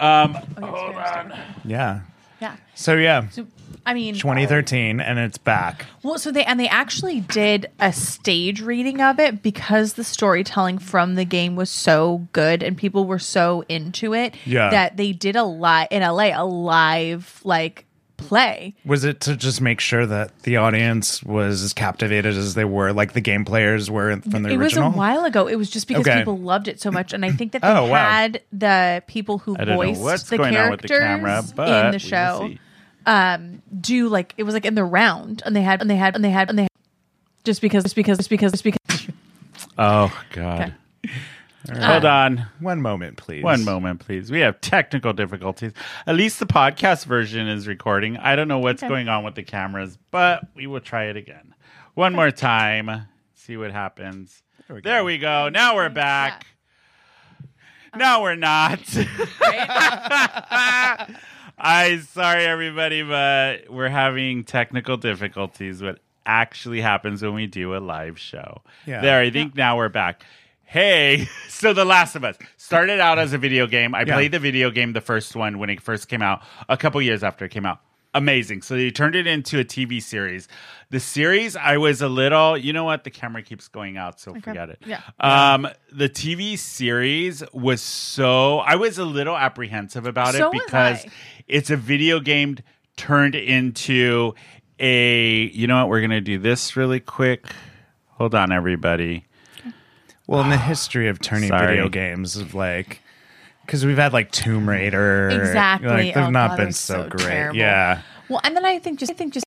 S1: Um
S3: yeah, Oh, it's
S1: hold
S3: very
S1: on.
S2: Yeah.
S3: Yeah.
S2: So yeah,
S3: So I mean,
S2: 2013, and it's back.
S3: Well, so they and they actually did a stage reading of it because the storytelling from the game was so good and people were so into it
S2: Yeah.
S3: that they did a live in LA a live like play.
S2: Was it to just make sure that the audience was as captivated as they were, like the game players were from the
S3: it
S2: original?
S3: was a while ago. It was just because
S2: Okay.
S3: people loved it so much, and I think that they
S2: Oh, wow.
S3: had the people who
S1: I don't
S3: voiced
S1: know what's
S3: the
S1: going
S3: characters
S1: on with the camera, but
S3: in
S1: we will
S3: the show um,
S1: see.
S3: do like it was like in the round, and they had and they had and they had and they had, just because just because just because just because.
S1: Oh god. Hold on.
S2: One moment, please.
S1: One moment, please. We have technical difficulties. At least the podcast version is recording. I don't know what's going on with the cameras, but we will try it again. One more time. See what happens. There we
S2: we
S1: go.
S2: go.
S1: Now we're back. No, we're not. I sorry everybody, but we're having technical difficulties. What actually happens when we do a live show?
S2: Yeah.
S1: There, I think now we're back. Hey, so The Last of Us started out as a video game. I
S2: Yeah.
S1: played the video game, the first one, when it first came out, a couple years after it came out. Amazing. So they turned it into a TV series. The series, I was a little, you know what? The camera keeps going out, so forget it.
S3: Yeah.
S1: Um, the TV series was so, I was a little apprehensive about
S3: So
S1: it
S3: was
S1: because
S3: I.
S1: it's a video game turned into a, you know what? We're going to do this really quick. Hold on, everybody.
S2: Well, in the history of turning
S1: Sorry.
S2: video games, of like, because we've had like Tomb Raider,
S3: Exactly.
S2: Like, they've
S3: Oh,
S2: not
S3: God, it
S2: been
S3: was
S2: so,
S3: so
S2: great.
S3: terrible.
S2: Yeah,
S3: Well, and then I think just I think just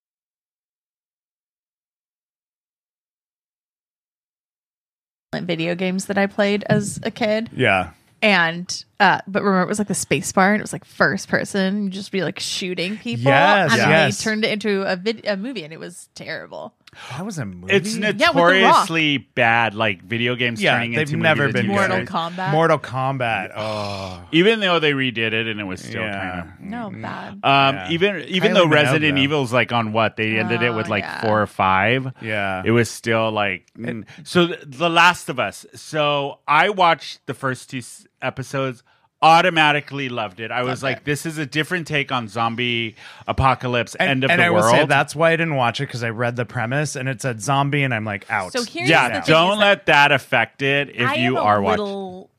S3: video games that I played as a kid,
S2: yeah.
S3: and uh, but remember it was like the space bar, and it was like first person, you just be like shooting people,
S2: Yes,
S3: and
S2: yes.
S3: they turned it into a vid- a movie, and it was terrible.
S2: That was a movie.
S1: It's
S3: The Rock.
S1: notoriously bad, like video games
S2: yeah,
S1: turning
S2: they've
S1: into
S2: never
S1: movies and
S2: been
S1: TV
S2: good.
S3: Mortal
S1: series.
S3: Kombat.
S2: Mortal Kombat. Oh,
S1: Even though they redid it, and it was still
S2: yeah.
S1: kind of.
S3: No, bad.
S1: Um,
S2: Yeah.
S1: Even even
S2: Kylie
S1: though
S2: Minogue,
S1: Resident
S2: though.
S1: Evil's like on what they ended it
S3: Oh,
S1: with like
S3: yeah.
S1: four or five.
S2: Yeah.
S1: it was still like mm. so. th- The Last of Us. So I watched the first two s- episodes. Automatically loved it. I was like, "This is a different take on zombie apocalypse, end of
S2: and
S1: the
S2: I
S1: world."
S2: will say that's why I didn't watch it because I read the premise and it said zombie and I'm like out.
S3: So here's the
S1: yeah,
S3: thing is
S1: don't
S3: that
S1: let that affect it if
S3: I am
S1: you
S3: a
S1: are watching.
S3: little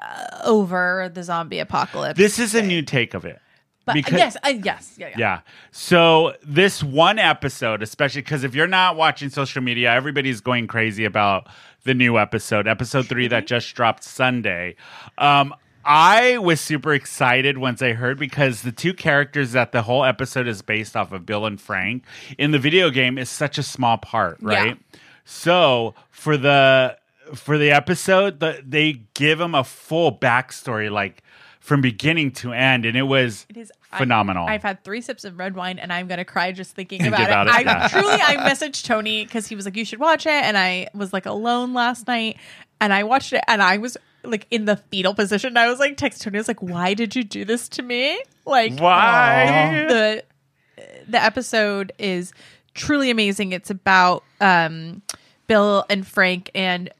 S3: uh, over the zombie apocalypse.
S1: This is a new take of it.
S3: but
S1: because-
S3: yes, I, yes, yeah, yeah.
S1: Yeah. So this one episode, especially because if you're not watching social media, everybody's going crazy about the new episode, episode three
S3: Mm-hmm.
S1: that just dropped Sunday. Um, I was super excited once I heard because the two characters that the whole episode is based off of, Bill and Frank, in the video game is such a small part,
S3: Yeah.
S1: right? So for the for the episode, the, they give him a full backstory. Like from beginning to end, and it was
S3: It is I-
S1: phenomenal.
S3: I've had three sips of red wine and I'm gonna cry just thinking
S1: Think about
S3: about, it.
S1: it,
S3: I
S1: yeah.
S3: truly I messaged Tony because he was like, "You should watch it," and I was like alone last night, and I watched it, and I was like in the fetal position. and I was like, text Tony, I was like, "Why did you do this to me?" Like,
S1: Why?
S3: the the episode is truly amazing. It's about um, Bill and Frank, and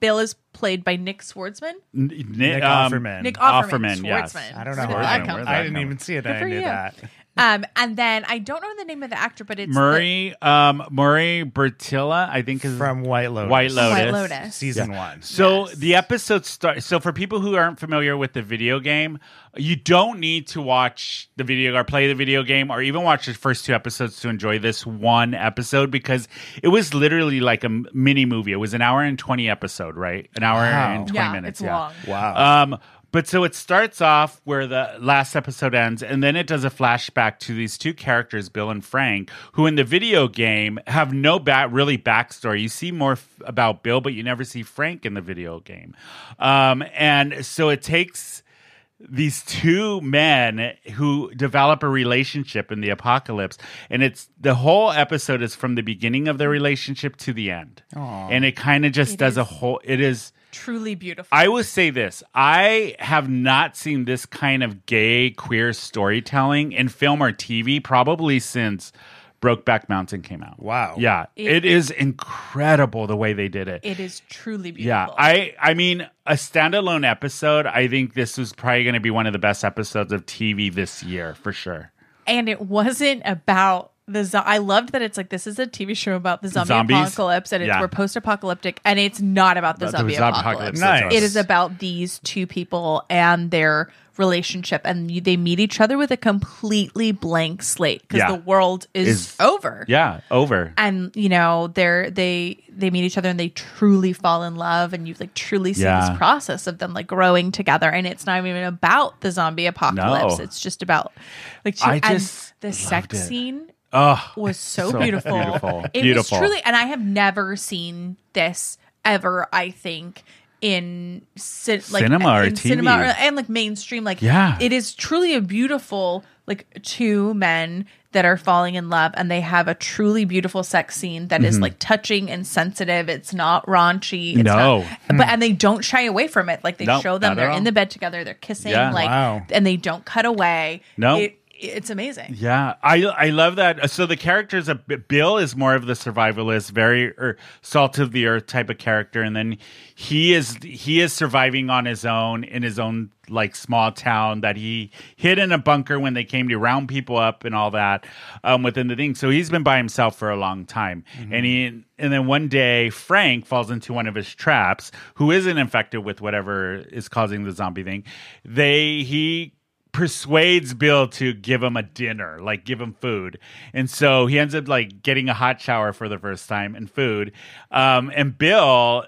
S3: Bill is played by Nick Swartzman.
S1: N- um,
S2: Nick Offerman.
S3: Nick Offerman,
S1: Offerman, yes.
S3: Schwartzman.
S2: I don't know.
S3: Where
S2: How
S3: did
S2: I,
S3: that come
S2: I
S1: from?
S2: didn't even see it.
S3: Good
S2: I
S3: for
S2: knew
S3: you.
S2: that.
S3: Um, and then I don't know the name of the actor, but it's
S1: Murray, um, Murray Bertilla, I think is
S2: From White Lotus.
S1: White
S3: the-
S1: Lotus.
S3: White Lotus.
S2: Season one.
S1: So
S3: Yes.
S1: the episode starts. So for people who aren't familiar with the video game, you don't need to watch the video or play the video game or even watch the first two episodes to enjoy this one episode because it was literally like a m- mini movie. It was an hour and twenty episode, right? An hour
S2: Wow.
S1: and twenty
S3: yeah,
S1: minutes.
S3: it's long.
S2: Wow.
S1: Um, but so it starts off where the last episode ends, and then it does a flashback to these two characters, Bill and Frank, who in the video game have no back really backstory. You see more f- about Bill, but you never see Frank in the video game. Um, and so it takes these two men who develop a relationship in the apocalypse and it's the whole episode is from the beginning of their relationship to the end and it kind of just
S3: It
S1: does a
S3: is.
S1: whole it is
S3: truly beautiful.
S1: I will say this. I have not seen this kind of gay queer storytelling in film or TV probably since Brokeback Mountain came out.
S2: Wow.
S1: Yeah. it is incredible the way they did it.
S3: it is truly
S1: yeah.
S3: beautiful.
S1: I I mean, a standalone episode, I think this was probably going to be one of the best episodes of TV this year for sure.
S3: and it wasn't about the zo- I loved that it's like this is a TV show about the zombie
S1: Zombies?
S3: apocalypse and it's
S1: Yeah.
S3: we're post apocalyptic and it's not about the
S1: About the
S3: zombie
S1: zombie
S3: apocalypse.
S1: apocalypse,
S2: that's Nice.
S3: It is about these two people and their relationship and you, they meet each other with a completely blank slate because
S1: Yeah.
S3: the world is,
S1: Is-
S3: over.
S1: Yeah, over.
S3: And you know they're they they meet each other and they truly fall in love and you like truly see
S1: Yeah.
S3: this process of them like growing together and it's not even about the zombie apocalypse
S1: No.
S3: it's just about like two,
S1: I
S3: and
S1: just
S3: the
S1: loved
S3: sex
S1: it.
S3: scene
S1: oh,
S3: was so,
S1: So
S3: beautiful.
S1: beautiful.
S3: It
S1: Beautiful.
S3: was truly, and I have never seen this ever. I think in cin- like
S1: Cinema or
S3: in
S1: TV.
S3: cinema or- and like mainstream. Like
S1: Yeah.
S3: it is truly a beautiful like two men that are falling in love, and they have a truly beautiful sex scene that
S1: Mm-hmm.
S3: is like touching and sensitive. It's not raunchy. It's
S1: No.
S3: not, but and they don't shy away from it. Like they
S1: No,
S3: show them
S1: not at
S3: they're
S1: all.
S3: in the bed together, they're kissing,
S1: Yeah.
S3: like
S2: Wow.
S3: and they don't cut away.
S1: No.
S3: It, it's amazing.
S1: Yeah, I I love that. Uh, So the characters of Bill is more of the survivalist, very er, salt of the earth type of character, and then he is he is surviving on his own in his own like small town that he hid in a bunker when they came to round people up and all that um, within the thing. So he's been by himself for a long time, and he and then one day Frank falls into one of his traps, who isn't infected with whatever is causing the zombie thing. They he persuades Bill to give him a dinner, like give him food. And so he ends up like getting a hot shower for the first time and food. Um, and Bill,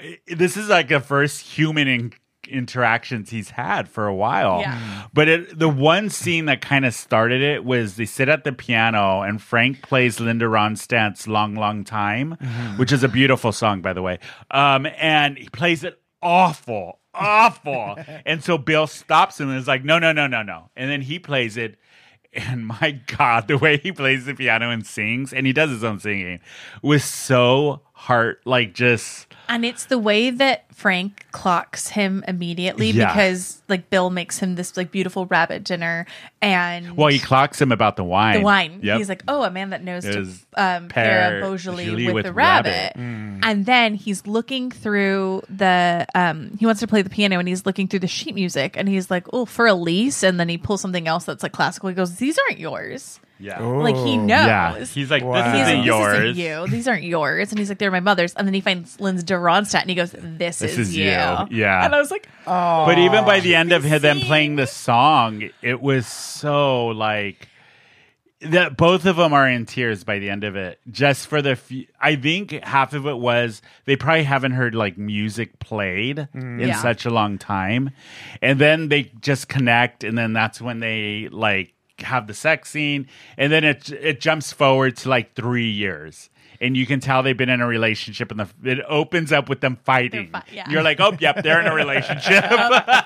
S1: i- this is like the first human in- interactions he's had for a while. Hmm.
S3: Yeah.
S1: But it, the one scene that kind of started it was they sit at the piano and Frank plays Linda Ronstadt's "Long Long Time," which is a beautiful song, by the way. Um, and he plays it awful, awful. and so Bill stops him and is like, "No, no, no, no, no!" And then he plays it. And my God, the way he plays the piano and sings, and he does his own singing, was so heart like just
S3: And it's the way that Frank clocks him immediately
S1: Yeah.
S3: because like Bill makes him this like beautiful rabbit dinner and
S1: well. He clocks him about the wine.
S3: the wine.
S1: Yep.
S3: He's like, oh, a man that knows to
S1: Is
S3: um, pair a Beaujolais with, the rabbit.
S1: Mm.
S3: And then he's looking through the, um, he wants to play the piano and he's looking through the sheet music and he's like, oh, for Elise. And then he pulls something else that's like classical. He goes, these aren't yours.
S1: yeah.
S3: Like he
S2: Ooh.
S3: knows.
S1: Oh, Yeah, he's like,
S2: Wow.
S1: this
S3: "Oh, He's
S1: isn't
S3: like,
S1: yours.
S3: This isn't you. These aren't yours. And he's like, they're my mother's. And then he finds Linda Ronstadt and he goes, this,
S1: This
S3: is,
S1: is
S3: you.
S1: you. Yeah.
S3: And I was like, oh.
S1: But even by the end of him, them
S3: sing.
S1: playing the song, it was so like that. Both of them are in tears by the end of it. Just for the, few, I think half of it was they probably haven't heard like music played in
S3: Yeah.
S1: such a long time, and then they just connect, and then that's when they like have the sex scene, and then it it jumps forward to like three years. and you can tell they've been in a relationship, and the it opens up with them fighting.
S3: fi- yeah.
S1: You're like, oh, yep, they're in a relationship.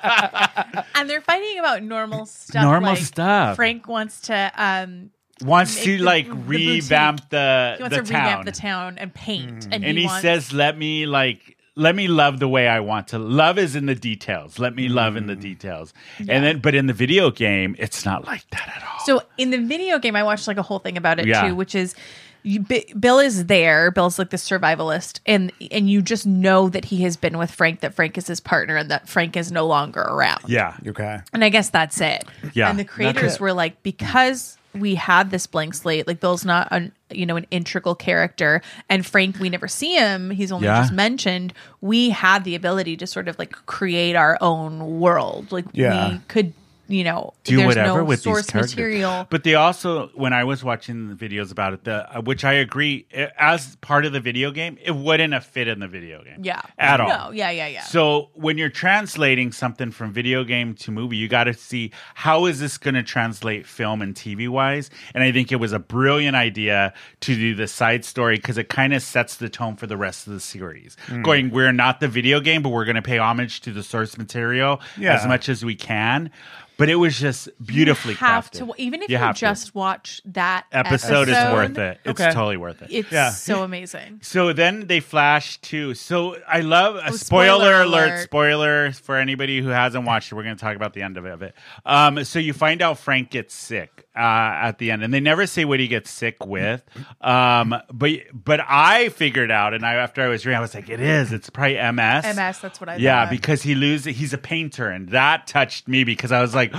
S3: and they're fighting about normal stuff.
S1: Normal
S3: like
S1: stuff.
S3: Frank wants to um
S1: Wants
S3: Make
S1: to
S3: the-
S1: like
S3: the boutique.
S1: revamp the
S3: he wants
S1: the
S3: to
S1: town. Mm.
S3: revamp the town and paint, and,
S1: and
S3: he,
S1: he
S3: wants-
S1: says, "Let me like, let me love the way I want to. Love is in the details. Let me love in the details." And then, but in the video game, it's not like that at all.
S3: So in the video game, I watched like a whole thing about it
S1: Yeah.
S3: too, which is you, B- Bill is there. Bill's like the survivalist, and and you just know that he has been with Frank, that Frank is his partner, and that Frank is no longer around.
S1: yeah,
S2: Okay.
S3: And I guess that's it.
S1: Yeah,
S3: And the
S1: that's
S3: creators
S1: it.
S3: were like, because we have this blank slate, like Bill's not an you know an integral character, and Frank, we never see him. He's only
S1: Yeah.
S3: just mentioned. We had the ability to sort of like create our own world. Like
S2: Yeah.
S3: we could. You know,
S1: do
S3: there's
S1: whatever
S3: no
S1: with
S3: source
S1: these characters.
S3: material.
S1: But they also, when I was watching the videos about it, the uh, which I agree, i- as part of the video game, it wouldn't have fit in the video game.
S3: Yeah.
S1: at all.
S3: No, yeah, yeah, yeah.
S1: So when you're translating something from video game to movie, you got to see how is this going to translate film and TV wise. And I think it was a brilliant idea to do the side story because it kind of sets the tone for the rest of the series.
S2: Mm.
S1: Going, we're not the video game, but we're going to pay homage to the source material
S2: Yeah.
S1: as much as we can. But it was just beautifully
S3: have
S1: crafted.
S3: to even if
S1: You
S3: you,
S1: have to.
S3: just watch that
S1: episode, is worth it. It's
S2: Okay.
S1: totally worth it.
S3: It's
S2: Yeah.
S3: so amazing.
S1: So then they flash to. So I love a
S3: Oh,
S1: spoiler,
S3: spoiler
S1: alert,
S3: alert.
S1: Spoiler for anybody who hasn't watched it. We're going to talk about the end of it. of it. Um, so you find out Frank gets sick uh, at the end, and they never say what he gets sick with. Um, but but I figured out, and I after I was reading, I was like, it is. It's probably MS.
S3: MS, that's what I
S1: Yeah,
S3: thought.
S1: because he loses. He's a painter, and that touched me because I was like,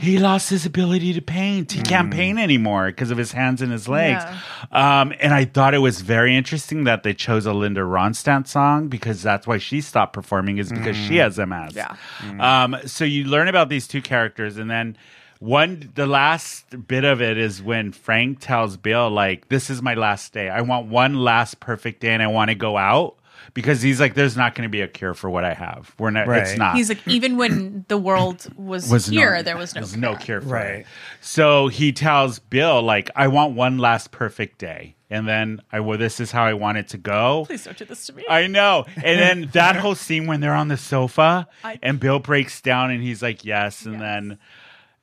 S1: he lost his ability to paint. He can't paint anymore because of his hands and his legs.
S3: Yeah.
S1: Um, and I thought it was very interesting that they chose a Linda Ronstadt song because that's why she stopped performing is because she has MS.
S3: Mm. Yeah.
S1: Um, so you learn about these two characters, and then one the last bit of it is when Frank tells Bill like, "This is my last day. I want one last perfect day, and I want to go out." Because he's like, there's not going to be a cure for what I have. We're not. It's
S2: Right.
S1: not
S3: He's like, even when the world was,
S1: no-
S3: here, there was no
S1: Ah. was
S3: cure.
S1: no cure for
S2: Right.
S1: it. So he tells Bill, like, I want one last perfect day, and then I well, this is how I want it to go.
S3: Please don't do this to me.
S1: I know. And then that whole scene when they're on the sofa
S3: I-
S1: and Bill breaks down and he's like, "Yes," and
S3: Yes.
S1: then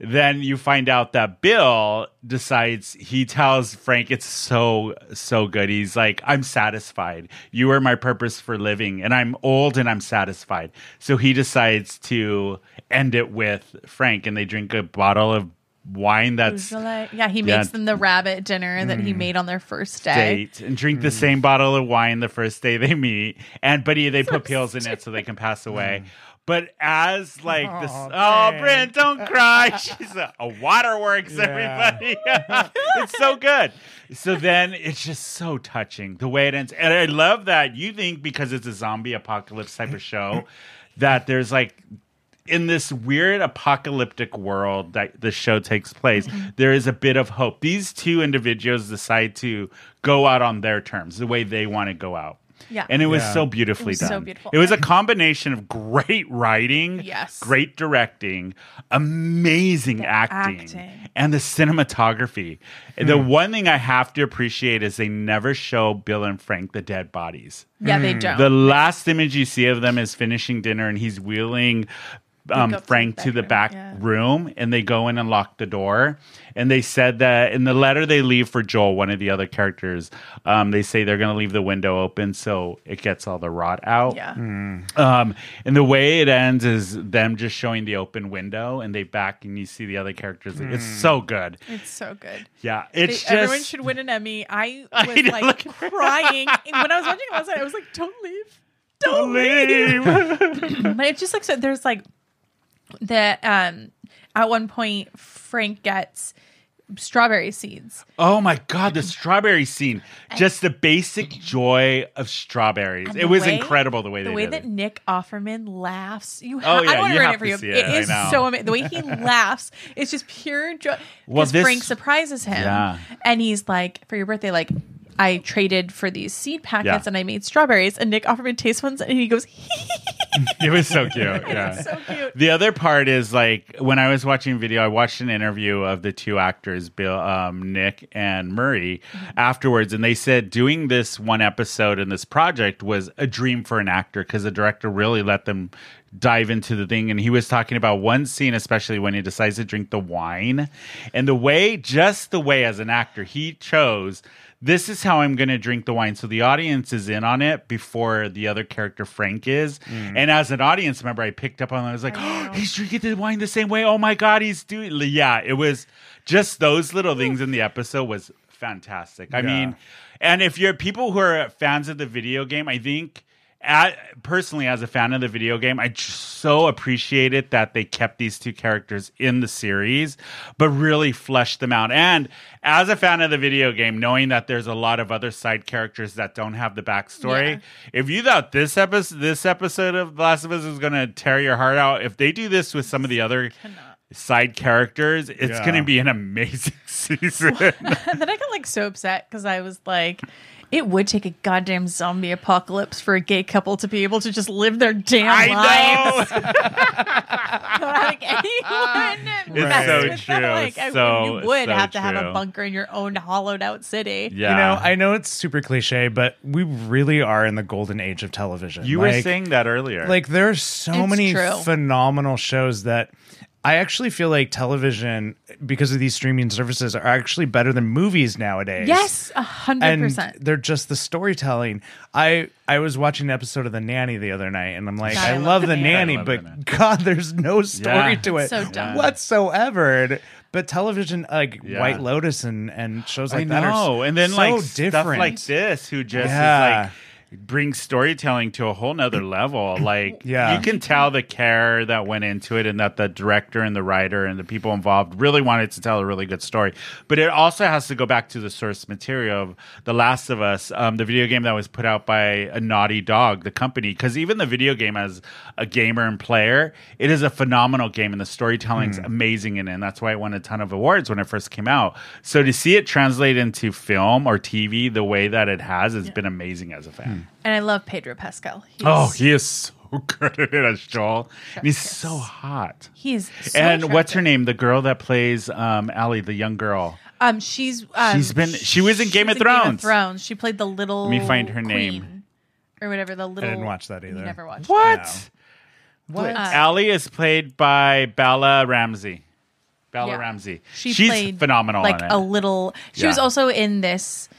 S1: then you find out that Bill decides he tells Frank it's so so good. He's like, "I'm satisfied. You are my purpose for living and I'm old and I'm satisfied." So he decides to end it with Frank and they drink a bottle of wine that's
S3: Usually- yeah, he
S1: Yeah. Mm.
S3: makes them the rabbit dinner that he made on their first day.
S1: date and drink the same bottle of wine the first day they meet. And but yeah, they put pills in it so they can pass away. But as like this,
S2: Aw,
S1: oh,
S2: Brynn.
S1: Brynn, don't cry. She's a, a waterworks,
S2: Yeah.
S1: everybody. it's so good. So then it's just so touching the way it ends, and I love that you think because it's a zombie apocalypse type of show that there's like in this weird apocalyptic world that the show takes place,
S3: Mm-hmm.
S1: there is a bit of hope. These two individuals decide to go out on their terms, the way they want to go out.
S3: Yeah.
S1: And it was
S2: Yeah.
S1: so beautifully
S3: was
S1: done.
S3: so beautiful.
S1: It was a combination of great writing,
S3: Yes.
S1: great directing, amazing acting,
S3: acting.
S1: and the cinematography. And The one thing I have to appreciate is they never show Bill and Frank the dead bodies.
S3: Yeah, they don't.
S1: Mm. The last image you see of them is finishing dinner, and he's wheeling um,
S3: go to
S1: Frank
S3: the
S1: to the back
S3: back room,
S1: room, and they go in and lock the door. And they said that in the letter they leave for Joel, one of the other characters, um, they say they're going to leave the window open so it gets all the rot out.
S3: yeah.
S1: Um, and the way it ends is them just showing the open window, and they back, and you see the other characters. It's so good.
S3: Hmm. It's so good.
S1: Yeah,
S3: They-
S1: it's
S3: everyone
S1: just.
S3: should win an Emmy. I
S1: I
S3: was
S1: know,
S3: like
S1: look
S3: crying And when I was watching it last night. I was like, "Don't leave, don't leave."
S1: Believe.
S3: But it's just like so. There's like the um at one point Frank gets strawberry seeds.
S1: Oh my god, the strawberry scene. Just the basic joy of strawberries.
S3: And
S1: It
S3: the
S1: was
S3: way-
S1: incredible the way
S3: The
S1: they
S3: way
S1: did
S3: that
S1: it.
S3: Nick Offerman laughs, you
S1: Oh,
S3: ha- I
S1: yeah,
S3: don't
S1: you
S3: want to ruin
S1: have
S3: it for
S1: to
S3: you.
S1: see
S3: it
S1: it, I
S3: is
S1: know.
S3: so amazing. The way he laughs, it's just pure joy.
S1: Well,
S3: Because
S1: this-
S3: Frank surprises him,
S1: Yeah.
S3: and he's like, "For your birthday, like." I traded for these seed packets
S1: Yeah.
S3: and I made strawberries. And Nick Offerman tastes ones and he goes,
S1: it was so cute. Yeah.
S3: so cute.
S1: The other part is like when I was watching video, I watched an interview of the two actors, Bill, um, Nick, and Murray, afterwards, and they said doing this one episode in this project was a dream for an actor because the director really let them dive into the thing. And he was talking about one scene, especially when he decides to drink the wine, and the way, just the way, as an actor, he chose. This is how I'm going to drink the wine. So the audience is in on it before the other character Frank is. And as an audience member, I picked up on that. I was like,
S3: Mm. I know.
S1: he's drinking the wine the same way. Oh my god, he's doing. Yeah, it was just those little things in the episode was fantastic. I
S2: Yeah.
S1: mean, and if you're people who are fans of the video game, I think. a personally, as a fan of the video game, I just so appreciate it that they kept these two characters in the series, but really fleshed them out. And as a fan of the video game, knowing that there's a lot of other side characters that don't have the backstory,
S3: Yeah.
S1: if you thought this episode this episode of The Last of Us was gonna tear your heart out, if they do this with some of the other side characters, it's
S2: Yeah.
S1: gonna be an amazing season.
S3: And then I got like so upset because I was like, it would take a goddamn zombie apocalypse for a gay couple to be able to just live their damn lives.
S1: I know.
S3: Not having anyone
S1: It's
S3: mess
S1: so
S3: with them.
S1: true.
S3: Like, I,
S1: So-
S3: you would
S1: so
S3: have to have
S1: true.
S3: a bunker in your own hollowed out city.
S1: yeah.
S2: You know, I know it's super cliche, but we really are in the golden age of television.
S1: you were
S2: Like-
S1: saying that earlier.
S2: Like there are so
S3: It's
S2: many
S3: true.
S2: phenomenal shows that I actually feel like television, because of these streaming services, are actually better than movies nowadays.
S3: Yes, a hundred
S2: And
S3: percent.
S2: they're just the storytelling. I I was watching an episode of The Nanny the other night, and I'm like,
S3: God,
S2: I, love The Nanny,
S1: I love
S2: but
S1: The Nanny.
S2: God, there's no story
S1: Yeah.
S2: to it
S3: So dumb.
S2: whatsoever. And- But television, like
S1: Yeah.
S2: White Lotus and and shows like
S1: I
S2: that,
S1: know.
S2: are s-
S1: and then
S2: so
S1: like
S2: different.
S1: stuff like this, who just
S2: Yeah.
S1: is like brings storytelling to a whole nother level. Like
S2: Yeah.
S1: you can tell the care that went into it and that the director and the writer and the people involved really wanted to tell a really good story. But it also has to go back to the source material of The Last of Us, um, the video game that was put out by a naughty dog, the company. Because even the video game as a gamer and player, it is a phenomenal game and the storytelling's amazing in it. And that's why it won a ton of awards when it first came out. So to see it translate into film or TV the way that it has has been amazing as a fan.
S3: And I love Pedro Pascal. He's,
S1: Oh, he is so good at it as Joel. And he's
S3: Yes.
S1: so hot.
S3: he's so
S1: and what's her
S3: attractive.
S1: name? The girl that plays um, Allie, the young girl.
S3: Um, she's um,
S1: She's been- she was in
S3: she
S1: Game of Thrones.
S3: Thrones. She played the little.
S1: Let me find her name.
S3: queen or whatever. The little.
S2: didn't watch that
S3: you
S2: either.
S3: Never watched. it.
S1: What?
S2: What?
S3: Uh,
S1: Allie is played by Bella Ramsey. Bella
S3: Yeah.
S1: Ramsey.
S3: She
S1: She's
S3: played
S1: phenomenal.
S3: Like
S1: in it.
S3: a little. She was
S1: Yeah.
S3: also in this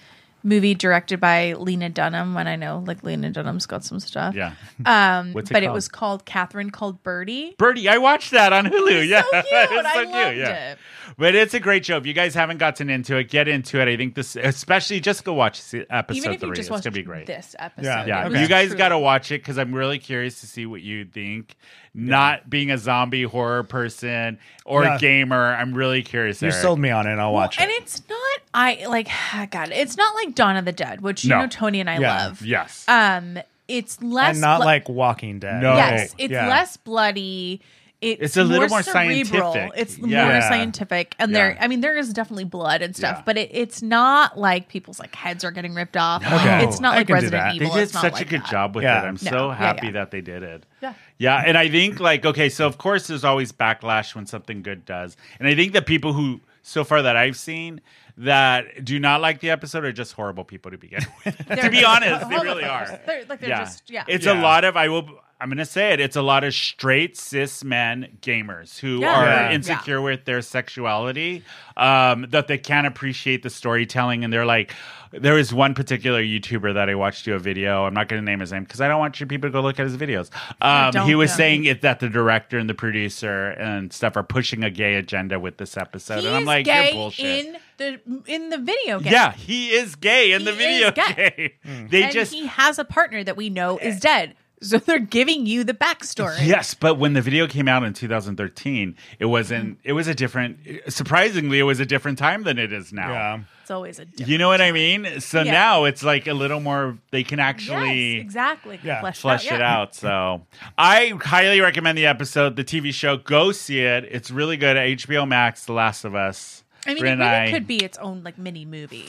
S3: movie directed by Lena Dunham. And I know like Lena Dunham's got some stuff.
S1: yeah.
S3: Um,
S1: What's it
S3: but it
S1: called?
S3: was called Catherine called Birdie.
S1: Birdie, I watched that on Hulu. yeah,
S3: so cute. I loved
S1: Yeah,
S3: it.
S1: but it's a great show. If you guys haven't gotten into it, get into it. I think this, especially, just go watch se- episode
S3: Even if
S1: three.
S3: you just
S1: it's
S3: watched
S1: gonna be great.
S3: this episode.
S2: Yeah.
S1: Yeah,
S3: it
S2: Okay.
S3: was
S1: you guys
S3: truly-
S1: got to watch it because I'm really curious to see what you think. Not being a zombie horror person or
S2: Yeah.
S1: gamer, I'm really curious.
S2: You
S1: Eric.
S2: sold me on it. and I'll watch
S3: And
S2: it.
S3: it's not I like God. It's not like Dawn of the Dead, which you
S1: No.
S3: know Tony and I
S2: Yeah.
S3: love.
S1: yes.
S3: Um, it's less
S2: and not
S3: blo-
S2: like Walking Dead.
S1: No.
S3: yes,
S1: Oh,
S3: it's
S2: yeah.
S3: less bloody. It's,
S1: It's a little more
S3: cerebral.
S1: scientific.
S3: It's
S1: Yeah.
S3: more
S2: Yeah.
S3: scientific, and
S1: Yeah.
S3: there. I mean, there is definitely blood and stuff,
S1: Yeah.
S3: but it, it's not like people's like heads are getting ripped off.
S2: Okay.
S3: It's not
S2: I can
S3: like
S2: do
S3: Resident
S2: that.
S1: they
S3: Evil.
S1: did
S3: It's not
S1: such a
S3: like
S1: good
S3: that.
S1: job with
S2: Yeah.
S1: it. I'm
S3: No.
S1: so
S3: Yeah,
S1: happy
S3: yeah.
S1: that they did it.
S3: Yeah.
S1: Yeah, and I think like okay, so of course there's always backlash when something good does, and I think the people who so far that I've seen that do not like the episode are just horrible people to begin with. to
S3: They're
S1: be
S3: just
S1: honest, they
S3: horrible
S1: really
S3: fuckers.
S1: are.
S3: They're, like they're just yeah.
S1: It's a
S2: Yeah.
S1: lot of I will I'm gonna say it, it's a lot of straight cis men gamers who
S3: Yeah.
S1: are
S2: Yeah.
S1: insecure with their sexuality, um, that they can't appreciate the storytelling and they're like there was one particular YouTuber that I watched do a video. I'm not going to name his name because I don't want you people to go look at his videos. Um,
S3: don't,
S1: he was
S3: don't.
S1: saying it that the director and the producer and stuff are pushing a gay agenda with this episode,
S3: He
S1: and I'm
S3: is
S1: like,
S3: gay
S1: you're bullshit.
S3: in the in the video game.
S1: yeah, he is gay in the
S3: He
S1: video
S3: is gay.
S2: Hmm.
S1: game. They
S3: and
S1: just Eh.
S3: he has a partner that we know is dead. So they're giving you the backstory.
S1: Yes, but when the video came out in 2013, it wasn't.
S3: Mm-hmm.
S1: It was a different. Surprisingly, it was a different time than it is now.
S2: Yeah.
S3: It's always a different
S1: You know what I mean? So
S3: Yeah.
S1: now it's like a little more. They can actually
S3: yes, exactly.
S2: Yeah.
S3: Flesh,
S1: flesh it out. So I highly recommend the episode, the TV show. Go see it. It's really good. At HBO Max, The Last of Us.
S3: I mean,
S1: Ren
S3: it really
S1: I-
S3: could be its own like mini movie.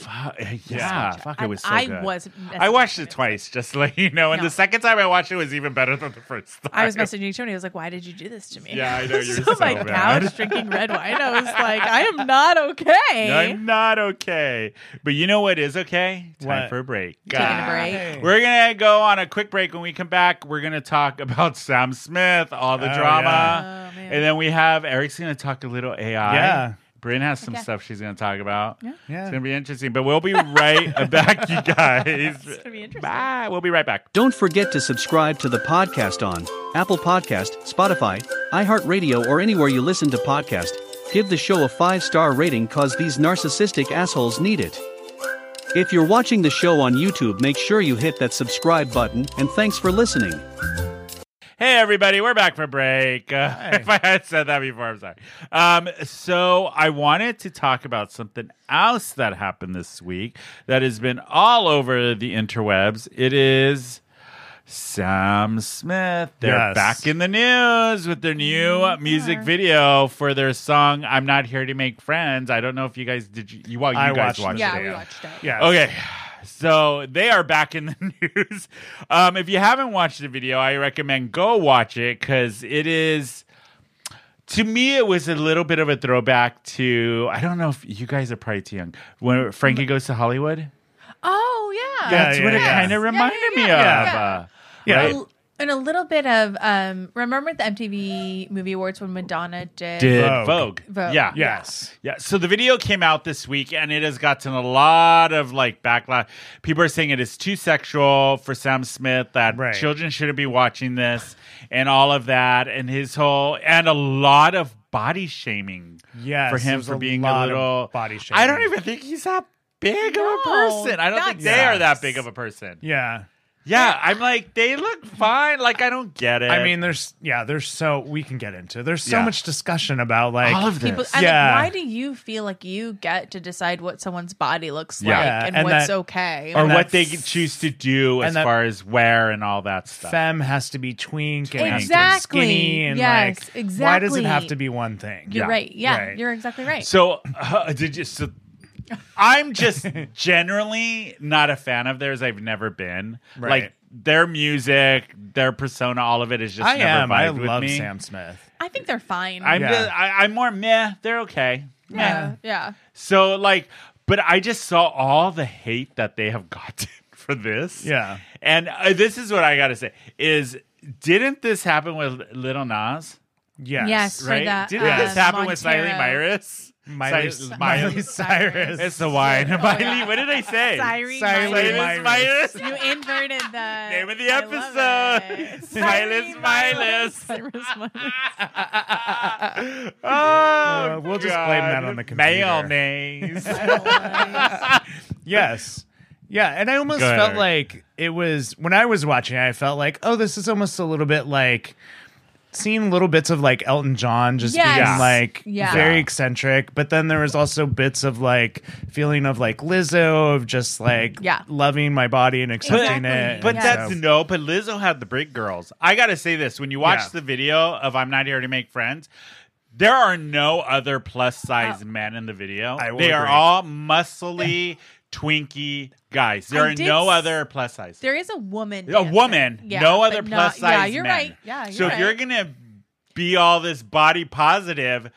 S1: yeah, fuck, it was so
S3: I,
S1: good.
S3: I was.
S1: I watched
S3: mesmerized.
S1: it twice, just to let you know. And
S3: No.
S1: the second time I watched it was even better than the first time.
S3: I was messaging Tony. I was like, "Why did you do this to me?"
S1: Yeah, I know,
S3: I was
S1: you're
S3: on my
S1: so bad.
S3: couch drinking red wine. I was like, "I am not okay."
S1: I'm not okay. But you know what is okay? Time
S2: What?
S1: for a break.
S3: Taking a break.
S2: Hey.
S1: We're going to go on a quick break. When we come back, we're going to talk about Sam Smith, all the
S2: Oh,
S1: drama.
S3: yeah. Oh, man.
S1: and then we have Eric's going to talk a little AI.
S2: Yeah.
S1: Brynn has some
S3: Okay.
S1: stuff she's going to talk about.
S3: Yeah.
S2: Yeah.
S1: It's going to be interesting. But we'll be right back, you guys.
S3: It's gonna be interesting.
S1: Bye. We'll be right back.
S5: Don't forget to subscribe to the podcast on Apple Podcast, Spotify, iHeartRadio, or anywhere you listen to podcast. Give the show a five-star rating cause these narcissistic assholes need it. If you're watching the show on YouTube, make sure you hit that subscribe button and thanks for listening.
S1: Hey everybody, we're back for break. Uh, if I had said that before, I'm sorry. Um, so I wanted to talk about something else that happened this week that has been all over the interwebs. It is Sam Smith. They're
S2: Yes.
S1: back in the news with their new music video for their song "I'm Not Here to Make Friends." I don't know if you guys did. You, you, well, you
S2: I
S1: guys
S2: watched
S1: watched
S2: it.
S3: yeah, we
S1: it.
S3: watched it.
S2: Yes.
S1: Okay. So they are back in the news. Um, if you haven't watched the video, I recommend go watch it because it is. To me, it was a little bit of a throwback to I don't know if you guys are probably too young when Frankie goes to Hollywood.
S3: Oh
S2: Yeah,
S3: yeah.
S1: That's what it
S2: Mm. yeah.
S1: kind of
S3: Yeah,
S1: reminded
S3: yeah,
S1: me
S3: yeah.
S1: of.
S3: Yeah.
S1: Uh,
S2: Yeah.
S1: right?
S3: A- and a little bit of um, remember at the MTV Movie Awards when Madonna did.
S1: Did Vogue.
S2: Vogue.
S3: Vogue.
S1: Yeah.
S2: Yes.
S1: Yeah, so the video came out this week and it has gotten a lot of like backlash. People are saying it is too sexual for Sam Smith, that
S2: Right.
S1: children shouldn't be watching this and all of that, and his whole, and a lot of body shaming
S2: Yes,
S1: for him
S2: there's
S1: for
S2: a
S1: being
S2: lot
S1: a
S2: of
S1: little
S2: body
S1: I don't
S2: shaming.
S1: even think he's that big of
S3: No,
S1: a person. I don't
S3: not
S1: think they are that
S3: yes.
S1: big of a person.
S2: Yeah.
S1: Yeah, I'm like, they look fine. Like, I don't get it.
S2: I mean, there's yeah, there's so we can get into. There's so
S1: Yeah.
S2: much discussion about like
S1: all of this.
S3: People, I'm
S2: Yeah.
S3: like, why do you feel like you get to decide what someone's body looks
S1: Yeah.
S3: like
S2: Yeah,
S3: and,
S2: and
S3: what's
S2: that-
S3: okay?
S1: or
S2: and
S1: what they
S2: that's-
S1: choose to do as
S2: and that-
S1: far as where and all that stuff.
S2: femme has to be twink and has to be
S3: Exactly.
S2: skinny and
S3: Yes,
S2: like why does it
S3: exactly.
S2: have to be one thing?
S3: You're
S1: Yeah.
S3: right. Yeah,
S2: Right.
S3: you're exactly right.
S1: So uh, did you? So I'm just generally not a fan of theirs. I've never been
S2: Right.
S1: like their music, their persona, all of it is just
S2: I
S1: never
S2: am. I
S1: vibed with
S2: love
S1: me.
S2: Sam Smith.
S3: I think they're fine.
S1: I'm
S2: Yeah.
S1: just, I, I'm more meh. They're okay. Meh.
S3: yeah, yeah.
S1: So like, but I just saw all the hate that they have gotten for this.
S2: Yeah.
S1: And uh, this is what I gotta say is. Didn't this happen with Little Nas?
S2: Yes.
S3: Yes. For
S1: Right?
S3: the,
S1: Didn't
S3: uh,
S1: this happen with Miley
S3: Montero.
S1: Cyrus?
S2: Miley,
S1: Cyrus-
S2: Miley
S1: Miley-
S2: Cyrus.
S1: It's the wine.
S3: Oh,
S1: Miley,
S3: yeah.
S1: what did I say?
S3: Cyrene
S2: Cyrene
S3: Miley.
S2: Miley.
S1: Silas Miley.
S3: You inverted the
S1: Name of the
S3: I love
S1: episode.
S3: it.
S1: Silas
S3: Cyrene
S1: Milus.
S3: Miley. Cyrus Miley.
S1: oh,
S2: Uh, we'll just blame that on the computer.
S1: Mayonnaise.
S2: Yes. Yeah, and I almost
S1: Go ahead,
S2: felt
S1: Eric.
S2: like it was when I was watching. it, I felt like, oh, this is almost a little bit like seeing little bits of like Elton John just
S3: Yes.
S2: being like
S3: Yeah.
S2: very
S1: Yeah.
S2: eccentric, but then there was also bits of like feeling of like Lizzo of just like
S3: Yeah.
S2: loving my body and accepting
S3: Exactly.
S2: it.
S1: but
S2: and
S1: that's
S2: so-
S1: no. But Lizzo had the big girls. I gotta say this: when you watch
S2: Yeah.
S1: the video of "I'm Not Here to Make Friends," there are no other plus size men in the video.
S2: I will
S1: they are
S2: agree.
S1: all muscely, twinky guys. There
S3: I
S1: are
S3: did
S1: no
S3: s-
S1: other plus size.
S3: There is a woman.
S1: a
S3: dancer.
S1: woman,
S3: Yeah,
S1: no
S3: but
S1: other
S3: not-
S1: plus size.
S3: Yeah, you're
S1: men.
S3: right. Yeah, you're
S1: so if
S3: right.
S1: you're gonna be all this body positive,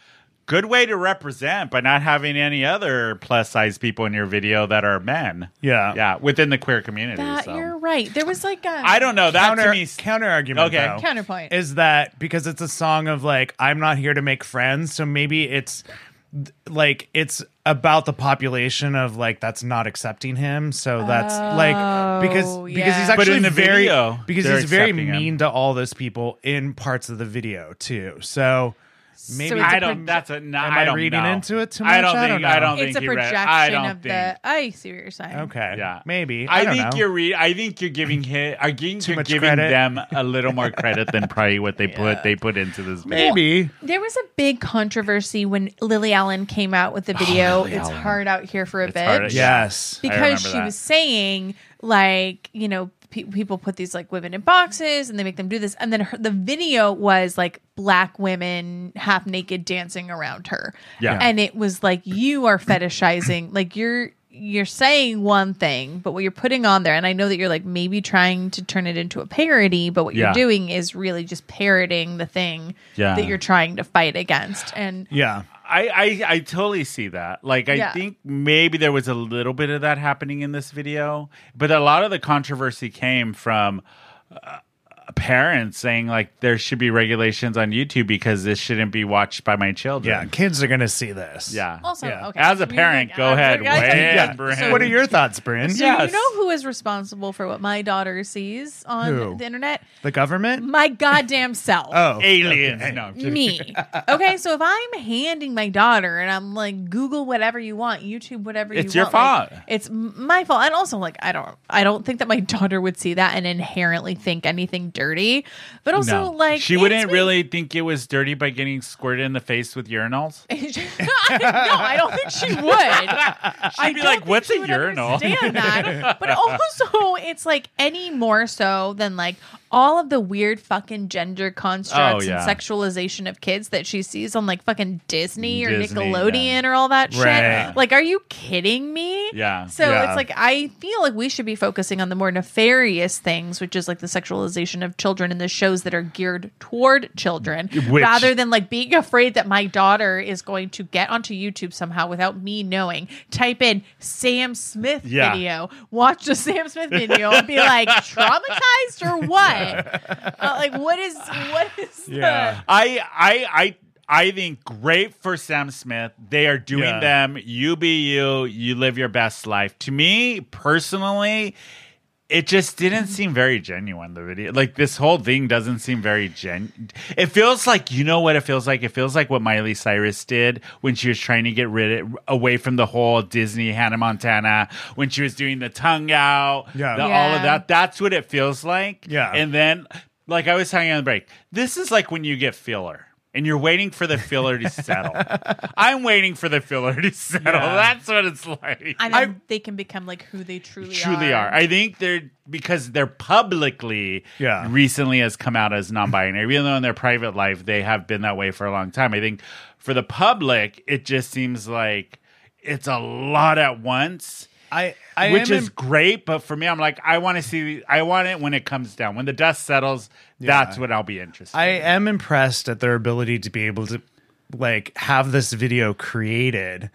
S1: good way to represent by not having any other plus size people in your video that are men.
S2: Yeah.
S1: yeah, within the queer community.
S3: that,
S1: so.
S3: you're right. There was like a
S1: I don't know. That
S2: counter
S1: to me,
S2: counter argument.
S1: Okay.
S2: though,
S3: Counterpoint.
S2: is that because it's a song of like I'm not here to make friends, so maybe it's th- like it's about the population of like that's not accepting him so that's like because
S3: Oh,
S2: because
S3: yeah.
S2: he's
S3: But
S2: actually
S1: in the
S2: very
S1: video,
S2: because
S1: they're
S2: he's very
S1: accepting him.
S2: mean to all those people in parts of the video too so maybe
S3: it's a
S1: I
S3: pro-
S1: don't. That's a. No,
S2: Am
S1: I
S2: I
S1: don't
S2: reading
S1: know.
S2: into it too
S1: I
S2: much?
S1: don't
S2: I
S1: think.
S2: don't know.
S1: I don't
S3: It's
S1: think
S3: a
S1: he read- I
S3: projection
S1: don't
S3: of
S1: think.
S3: the. I see what you're saying.
S2: okay
S1: Yeah,
S2: maybe
S1: I,
S2: don't
S1: think
S2: know.
S1: you're. Re- I think you're giving him. I think you're
S2: much
S1: giving
S2: credit.
S1: them a little more credit than probably what they put. They put into this. video.
S2: maybe
S3: There was a big controversy when Lily Allen came out with the video.
S1: Oh, Lily
S3: it's
S1: Allen.
S3: hard out here for a
S1: It's
S3: bitch.
S1: hard out-
S2: yes
S1: I
S3: because
S1: remember
S3: she
S1: that.
S3: was saying like you know pe- people put these like women in boxes and they make them do this. And then her, the video was like black women half naked dancing around her.
S1: Yeah.
S3: And it was like, you are fetishizing, like you're, you're saying one thing, but what you're putting on there, and I know that you're like maybe trying to turn it into a parody, but what
S1: Yeah.
S3: you're doing is really just parroting the thing
S1: Yeah.
S3: that you're trying to fight against. And
S2: Yeah.
S1: I, I I totally see that. Like I
S3: Yeah.
S1: think maybe there was a little bit of that happening in this video, but a lot of the controversy came from uh, parents saying like there should be regulations on YouTube because this shouldn't be watched by my
S2: Yeah.
S1: children.
S2: Kids are going to see this.
S1: yeah.
S3: also,
S2: Yeah.
S3: okay,
S1: As a
S3: so you're
S1: parent, go
S3: I'm
S1: ahead,
S3: like, I-
S1: way
S2: Yeah.
S1: Bryn.
S3: So-
S2: What are your thoughts, Bryn?
S3: Do
S1: Yes.
S3: you know who is responsible for what my daughter sees on
S2: Who?
S3: the internet?
S2: The government?
S3: My goddamn self.
S2: Oh.
S1: Aliens. No, I'm kidding.
S3: me. Okay, so if I'm handing my daughter and I'm like Google whatever you want, YouTube whatever you want,
S1: It's your
S3: like,
S1: fault.
S3: it's m- my fault. And also, like I don't, I don't think that my daughter would see that and inherently think anything dirty. But also,
S1: No.
S3: like
S1: she
S3: it's
S1: wouldn't
S3: me.
S1: really think it was dirty by getting squirted in the face with urinals.
S3: no, I don't think she would.
S1: I'd be
S3: don't
S1: like,
S3: think
S1: "What's
S3: she
S1: a
S3: would
S1: urinal?"
S3: Understand that. But also, it's like any more so than like all of the weird fucking gender constructs
S1: Oh, yeah.
S3: and sexualization of kids that she sees on like fucking Disney or
S1: Disney,
S3: Nickelodeon or all that
S2: Right.
S3: shit. Like, are you kidding me?
S1: Yeah.
S3: So
S2: Yeah.
S3: it's like I feel like we should be focusing on the more nefarious things, which is like the sexualization of children and the shows that are geared toward children,
S1: Which-
S3: rather than like being afraid that my daughter is going to get onto YouTube somehow without me knowing. Type in Sam Smith
S1: Yeah.
S3: video, watch the Sam Smith video, and be like traumatized or what? Uh, like what is what is the-
S2: Yeah.
S1: I I I I think great for Sam Smith. They are doing
S2: Yeah.
S1: them. You be you. You live your best life. To me personally, it just
S2: Mm-hmm.
S1: didn't seem very genuine. The video, like this whole thing, doesn't seem very gen. It feels like you know what it feels like. It feels like what Miley Cyrus did when she was trying to get rid away from the whole Disney Hannah Montana when she was doing the tongue out,
S2: Yeah.
S1: the- all
S3: Yeah.
S1: of that. That's what it feels like.
S2: Yeah.
S1: and then like I was talking on the break, this is like when you get filler and you're waiting for the filler to settle. I'm waiting for the filler to settle.
S2: Yeah.
S1: That's what it's like.
S3: And then they can become like who they truly,
S1: Truly are. I think they're because they're publicly
S2: Yeah.
S1: recently has come out as non-binary, even though in their private life they have been that way for a long time. I think for the public, it just seems like it's a lot at once
S2: I, I
S1: which
S2: am
S1: is
S2: im-
S1: great. But for me, I'm like, I want to see, I want it when it comes down, when the dust settles. That's what I'll be interested.
S2: I
S1: in.
S2: am impressed at their ability to be able to like have this video created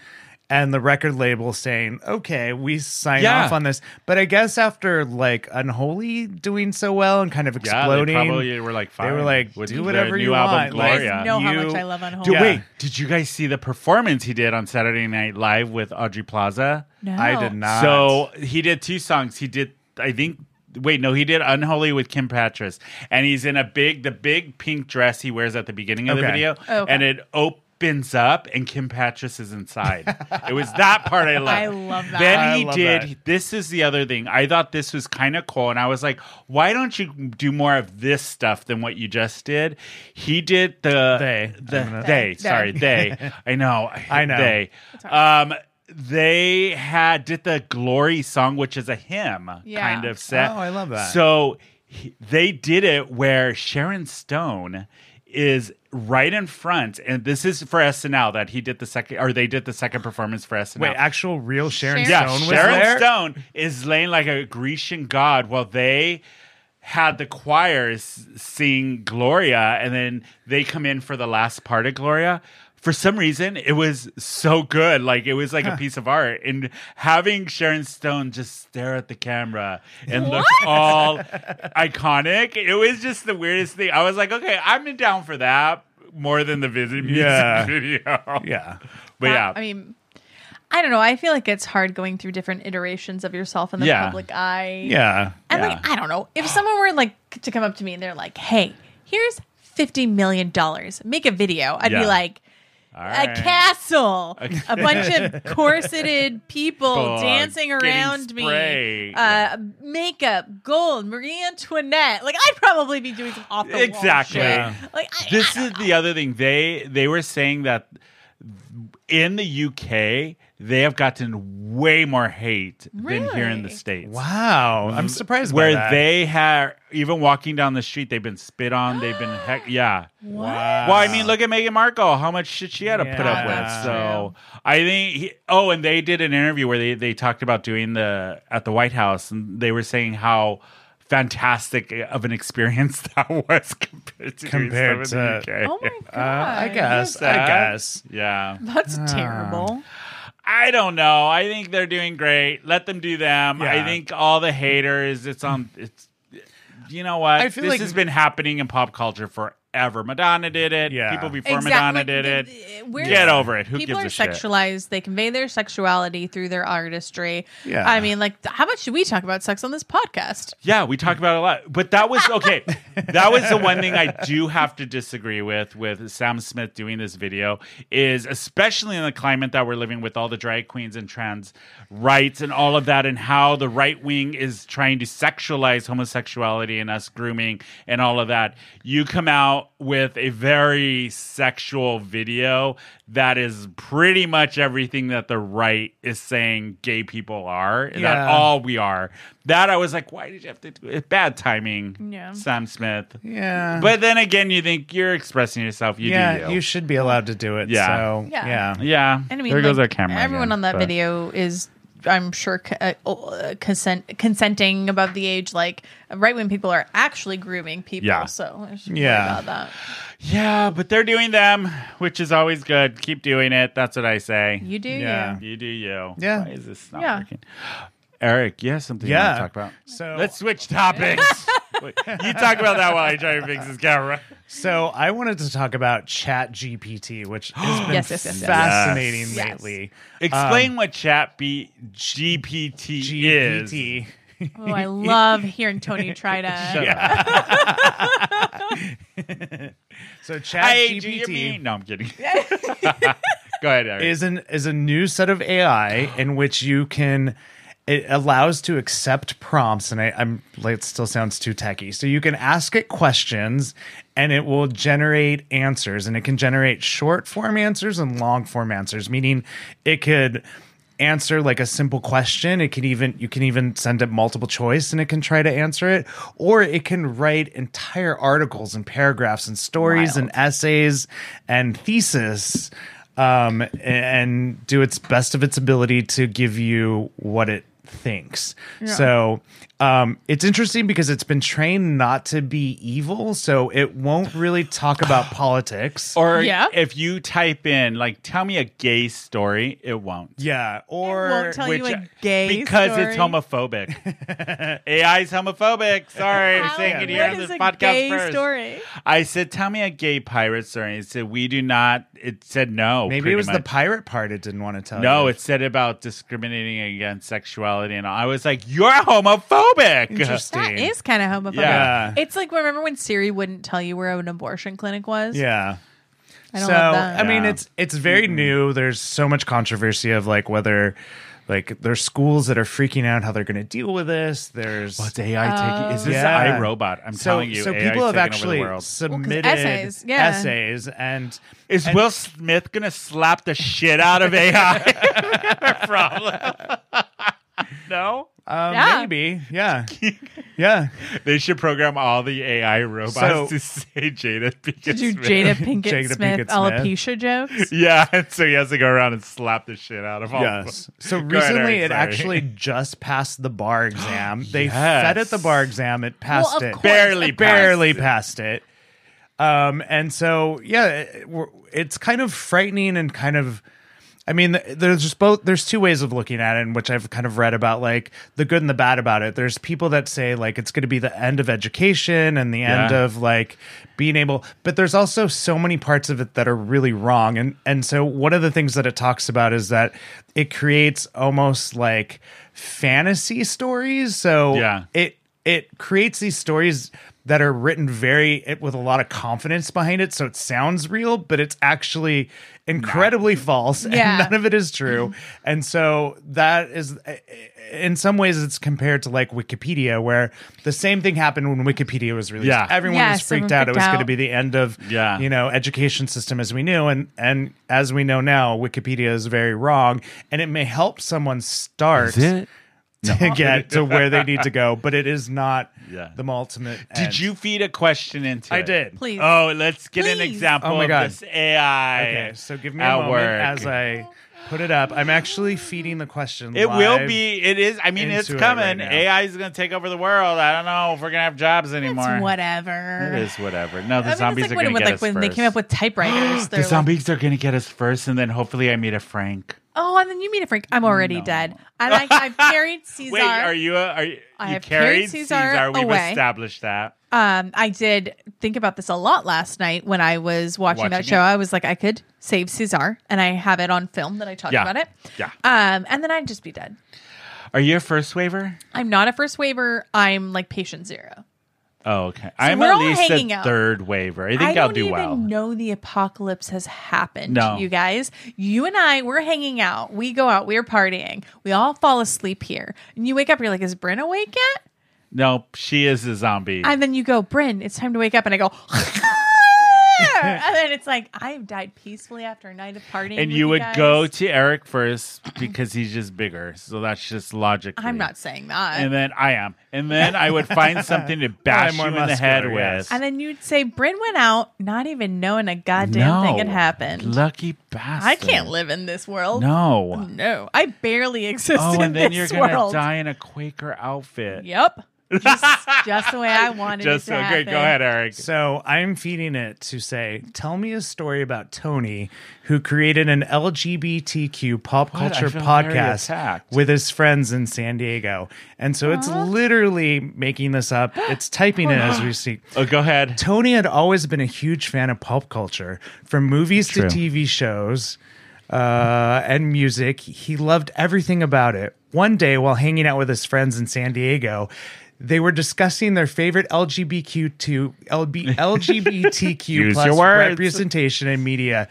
S2: and the record label saying, "Okay, we sign
S1: Yeah.
S2: off on this." But I guess after like Unholy doing so well and kind of
S1: Yeah,
S2: exploding,
S1: They probably were like,
S2: they
S1: fine
S2: were like,
S1: with
S2: "Do
S1: their
S2: whatever
S1: new
S2: you
S1: album,
S2: want." Like,
S1: Gloria.
S3: know how
S2: you-
S3: much I love Unholy.
S1: Dude,
S2: Yeah.
S1: Wait, did you guys see the performance he did on Saturday Night Live with Audrey Plaza?
S3: No.
S2: I did not.
S1: So he did two songs. He did, I think. Wait, no, he did "Unholy" with Kim Patras, and he's in a big, the big pink dress he wears at the beginning of the
S2: Okay.
S1: video,
S3: Oh, okay.
S1: and it opens up, and Kim Patras is inside. it was that part I love.
S3: I love that.
S1: Then
S2: I
S1: he
S2: love
S1: did.
S2: that.
S1: This is the other thing. I thought this was kind of cool, and I was like, why don't you do more of this stuff than what you just did? He did the
S2: They.
S1: the,
S2: I'm gonna-
S1: they,
S3: They.
S1: sorry, they. I know,
S2: I know.
S1: they. Um, they had did the glory song, which is a hymn
S3: Yeah.
S1: kind of set.
S2: Oh, I love that.
S1: So he, they did it where Sharon Stone is right in front, and this is for SNL that he did the second, or they did the second performance for SNL.
S2: wait, actual real Sharon,
S3: Sharon-
S2: Stone was
S1: Sharon
S2: there.
S1: Stone is laying like a Grecian god while they had the choirs sing Gloria, and then they come in for the last part of Gloria. For some reason, it was so good. Like it was like a piece of art. And having Sharon Stone just stare at the camera and look all iconic, it was just the weirdest thing. I was like, okay, I'm down for that more than the visit music
S2: Yeah.
S1: video.
S2: Yeah,
S1: But yeah,
S3: I mean, I don't know. I feel like it's hard going through different iterations of yourself in the
S1: Yeah.
S3: public eye.
S2: yeah.
S3: And
S1: Yeah.
S3: like, I don't know. If someone were like to come up to me and they're like, hey, here's $50 million, make a video, I'd
S1: Yeah.
S3: be like,
S1: All
S3: a
S1: right.
S3: castle, a bunch of corseted people
S1: People
S3: dancing
S1: are getting
S3: around me,
S1: sprayed.
S3: uh, makeup, gold, Marie Antoinette. Like I'd probably be doing some off the wall
S1: Exactly.
S3: shit.
S2: Yeah.
S3: Like I,
S1: this is the other thing they they were saying that in the UK they have gotten way more hate than here in the
S3: Really?
S1: states.
S2: Wow, I'm surprised.
S1: Where
S2: by that.
S1: they have even walking down the street, they've been spit on. They've been heck, yeah.
S2: Wow.
S1: Well, I mean, look at Meghan Markle. How much shit she had to put up
S2: Yeah.
S1: with. So I think. He, oh, and they did an interview where they they talked about doing the at the White House, and they were saying how fantastic of an experience that was compared to doing
S2: Compared
S1: stuff in the UK.
S3: Oh my god!
S2: Uh, I guess. I
S1: Sad.
S2: guess.
S1: Yeah,
S3: that's terrible.
S1: I don't know. I think they're doing great. Let them do them.
S2: Yeah.
S1: I think all the haters. It's on. It's you know what?
S2: I feel
S1: this
S2: like-
S1: has been happening in pop culture forever. Madonna did it.
S2: Yeah.
S1: People before Madonna
S3: Like,
S1: did
S3: the-
S1: it.
S3: the- we're-
S1: Get over it. Who
S3: people
S1: gives
S3: are
S1: a shit?
S3: sexualized. They convey their sexuality through their artistry.
S2: Yeah.
S3: I mean, like, th- how much do we talk about sex on this podcast?
S1: Yeah, we talk about it a lot. But that was okay. that was the one thing I do have to disagree with with Sam Smith doing this video is especially in the climate that we're living with all the drag queens and trans rights and all of that and how the right wing is trying to sexualize homosexuality and us grooming and all of that. You come out with a very sexual video that is pretty much everything that the right is saying gay people are.
S2: Yeah.
S1: That all all Oh, we are. That I was like, why did you have to do it? Bad timing,
S3: Yeah.
S1: Sam Smith.
S2: Yeah.
S1: But then again, you think you're expressing yourself. You
S2: yeah,
S1: do you.
S2: you should be allowed to do it.
S1: Yeah.
S2: So,
S3: Yeah.
S2: yeah.
S1: yeah.
S3: And I mean,
S1: there goes
S3: like,
S1: our camera.
S3: Everyone
S1: again,
S3: on that
S1: but-
S3: video is, I'm sure, c- uh, uh, consent consenting above the age. Like, right when people are actually grooming people.
S1: Yeah.
S3: So, I should
S2: Yeah.
S3: worry about that.
S1: Yeah, but they're doing them, which is always good. Keep doing it. That's what I say.
S3: You do,
S2: Yeah.
S3: yeah.
S1: You do you.
S2: Yeah.
S1: Why is this not
S3: Yeah.
S1: working? Eric, you have something you want
S2: Yeah.
S1: to talk about?
S2: So
S1: Let's switch topics. Wait, you talk about that while I try to fix this camera.
S2: So I wanted to talk about Chat GPT, which has been
S3: Yes, yes, yes, yes.
S2: fascinating
S3: Yes.
S2: lately.
S1: Explain what Chat B- GPT, is.
S2: GPT.
S3: Oh, I love hearing Tony try to.
S2: So Chat
S1: Hey, do you
S2: GPT
S1: mean? No, I'm kidding. Go ahead, Eric.
S2: is an is a new set of AI in which you can it allows to accept prompts and I, I'm like it still sounds too techy. So you can ask it questions and it will generate answers and it can generate short form answers and long form answers, meaning it could answer like a simple question. It can even you can even send it multiple choice and it can try to answer it. Or it can write entire articles and paragraphs and stories and essays and thesis um, and do its best of its ability to give you what it thinks. So um, it's interesting because it's been trained not to be evil, so it won't really talk about politics.
S1: Or
S3: Yeah.
S1: if you type in, like, tell me a gay story, it won't.
S2: yeah, or
S3: won't tell you a gay
S1: because it's
S3: story.
S1: homophobic. AI is homophobic. Sorry, I'm
S3: How-
S1: saying it here
S3: what
S1: on
S3: is
S1: this
S3: a
S1: podcast
S3: gay
S1: first.
S3: story?
S1: I said, tell me a gay pirate story. It said, we do not. It said no.
S2: maybe
S1: pretty
S2: it was the
S1: much.
S2: pirate part it didn't want to tell.
S1: No,
S2: you.
S1: it said about discriminating against sexuality, and all. I was like, "You're homophobic."
S2: interesting.
S3: That is kind of homophobic.
S1: Yeah.
S3: It's like remember when Siri wouldn't tell you where an abortion clinic was?
S2: yeah.
S3: I don't
S2: so
S3: love that.
S2: I mean,
S1: Yeah. Mm-hmm.
S2: it's it's very new. There's so much controversy of like whether like there's schools that are freaking out how they're going to deal with this. There's
S1: What's AI taking?
S3: Oh.
S1: Is this
S2: Yeah.
S1: iRobot? I'm
S2: so,
S1: telling you,
S2: so
S1: AI
S2: people
S1: taking over
S2: have
S1: the
S2: actually
S1: world.
S2: submitted
S3: essays, yeah.
S2: essays and
S1: Is Will Smith gonna slap the shit out of AI? Problem. no.
S2: um,
S3: Yeah.
S2: maybe yeah yeah
S1: They should program all the AI robots
S2: So-
S1: to say Jada Pinkett
S3: Did you
S1: Smith.
S3: Jada Pinkett
S2: Jada
S3: Smith
S2: Pinkett Smith.
S3: alopecia jokes?
S1: Yeah, and so he has to go around and slap the shit out of all.
S2: yes. So
S1: Go ahead,
S2: recently,
S1: Eric,
S2: it
S1: sorry.
S2: actually just passed the bar exam. They
S1: Yes.
S2: fed it the bar exam. It passed
S3: of
S2: it
S3: course,
S1: Barely
S3: of course.
S2: barely passed it. Um, and so yeah, it- we're- it's kind of frightening and kind of. I mean, th- there's just both. There's two ways of looking at it, in which I've kind of read about like the good and the bad about it. There's people that say like it's going to be the end of education and the end
S1: Yeah.
S2: of like being able, but there's also so many parts of it that are really wrong. And and so one of the things that it talks about is that it creates almost like fantasy stories. So
S1: Yeah.
S2: it it creates these stories that are written very it, with a lot of confidence behind it so it sounds real but it's actually incredibly false
S3: Yeah.
S2: and none of it is true and so that is in some ways it's compared to like wikipedia where the same thing happened when wikipedia was released
S1: Yeah.
S2: everyone
S3: Yeah,
S2: was freaked
S3: someone
S2: out it
S3: freaked
S2: was going to
S3: out.
S2: be the end of
S1: Yeah.
S2: you know education system as we knew and and as we know now wikipedia is very wrong and it may help someone start to get to where they need to go, but it is not
S1: Yeah.
S2: the ultimate.
S1: Did
S2: end.
S1: you feed a question into
S2: I
S1: it?
S2: did.
S3: Please.
S1: Oh, let's get an
S3: Please.
S1: example
S2: Oh my
S1: of
S2: God.
S1: this AI.
S2: Okay, so give me a
S1: at
S2: moment
S1: work.
S2: as I put it up. I'm actually feeding the question.
S1: It will
S2: live.
S1: be. It is. I mean, it's
S2: into it
S1: coming.
S2: right now.
S1: AI is going to take over the world. I don't know if we're going to have jobs anymore.
S3: It's whatever.
S1: It is whatever. No, the
S3: I mean,
S1: zombies
S3: it's
S1: are
S3: like
S1: going
S3: when,
S1: to get
S3: like
S1: us
S3: when
S1: first.
S3: they came up with typewriters. they're
S1: the
S3: like,
S1: zombies are going to get us first, and then hopefully I meet a Frank.
S3: oh, and then you meet a Frank. I'm already dead. And I, I've carried Caesar.
S1: Wait, are you? A, are you?
S3: I
S1: you
S3: have
S1: carried
S3: carried
S1: Caesar.
S3: Caesar
S1: We've
S3: away.
S1: established that.
S3: Um, I did think about this a lot last night when I was watching,
S1: Watching
S3: that
S1: it.
S3: show. I was like, I could save Caesar, and I have it on film that I talked
S1: Yeah.
S3: about it.
S1: Yeah.
S3: Um, and then I'd just be dead.
S1: Are you a first waiver?
S3: I'm not a first waiver. I'm like patient zero.
S1: Oh, okay. I'm
S3: we're
S1: at
S3: all
S1: least
S3: hanging
S1: a
S3: out.
S1: third waiver. I think
S3: don't
S1: I'll do
S3: even
S1: well.
S3: know the apocalypse has happened.
S1: No.
S3: you guys, you and I, we're hanging out. We go out. We're partying. We all fall asleep here, and you wake up. You're like, is Bryn awake yet?
S1: No, she is a zombie.
S3: And then you go, Bryn, it's time to wake up. And I go, and then it's like, I have died peacefully after a night of partying.
S1: and
S3: with
S1: you would
S3: guys.
S1: go to Eric first because he's just bigger. So that's just logic.
S3: I'm not saying that.
S1: And then I am. And then I would find something to bash
S2: I'm
S1: you
S2: more
S1: in the head
S2: muscular, yes.
S1: with.
S3: And then you'd say, Bryn went out, not even knowing a goddamn thing had happened.
S1: Lucky bastard.
S3: I can't live in this world.
S1: No.
S3: No, I barely exist
S1: Oh,
S3: in
S1: and then you're
S3: this
S1: gonna
S3: world.
S1: die in a Quaker outfit.
S3: Yep. Just, just the way I wanted
S1: Just
S3: it
S1: so
S3: to
S1: okay,
S3: happen.
S1: Go ahead, Eric.
S2: So I'm feeding it to say, tell me a story about Tony who created an LGBTQ pop
S1: What? I
S2: culture
S1: feel very
S2: podcast
S1: attacked.
S2: with his friends in San Diego. And so it's literally making this up. It's typing it as we speak.
S1: Oh, go ahead.
S2: Tony had always been a huge fan of pop culture, from movies
S1: True.
S2: to TV shows uh, and music. He loved everything about it. One day, while hanging out with his friends in San Diego, they were discussing their favorite LGBTQ LB, LGBTQ
S1: Use
S2: plus
S1: your words.
S2: representation in media.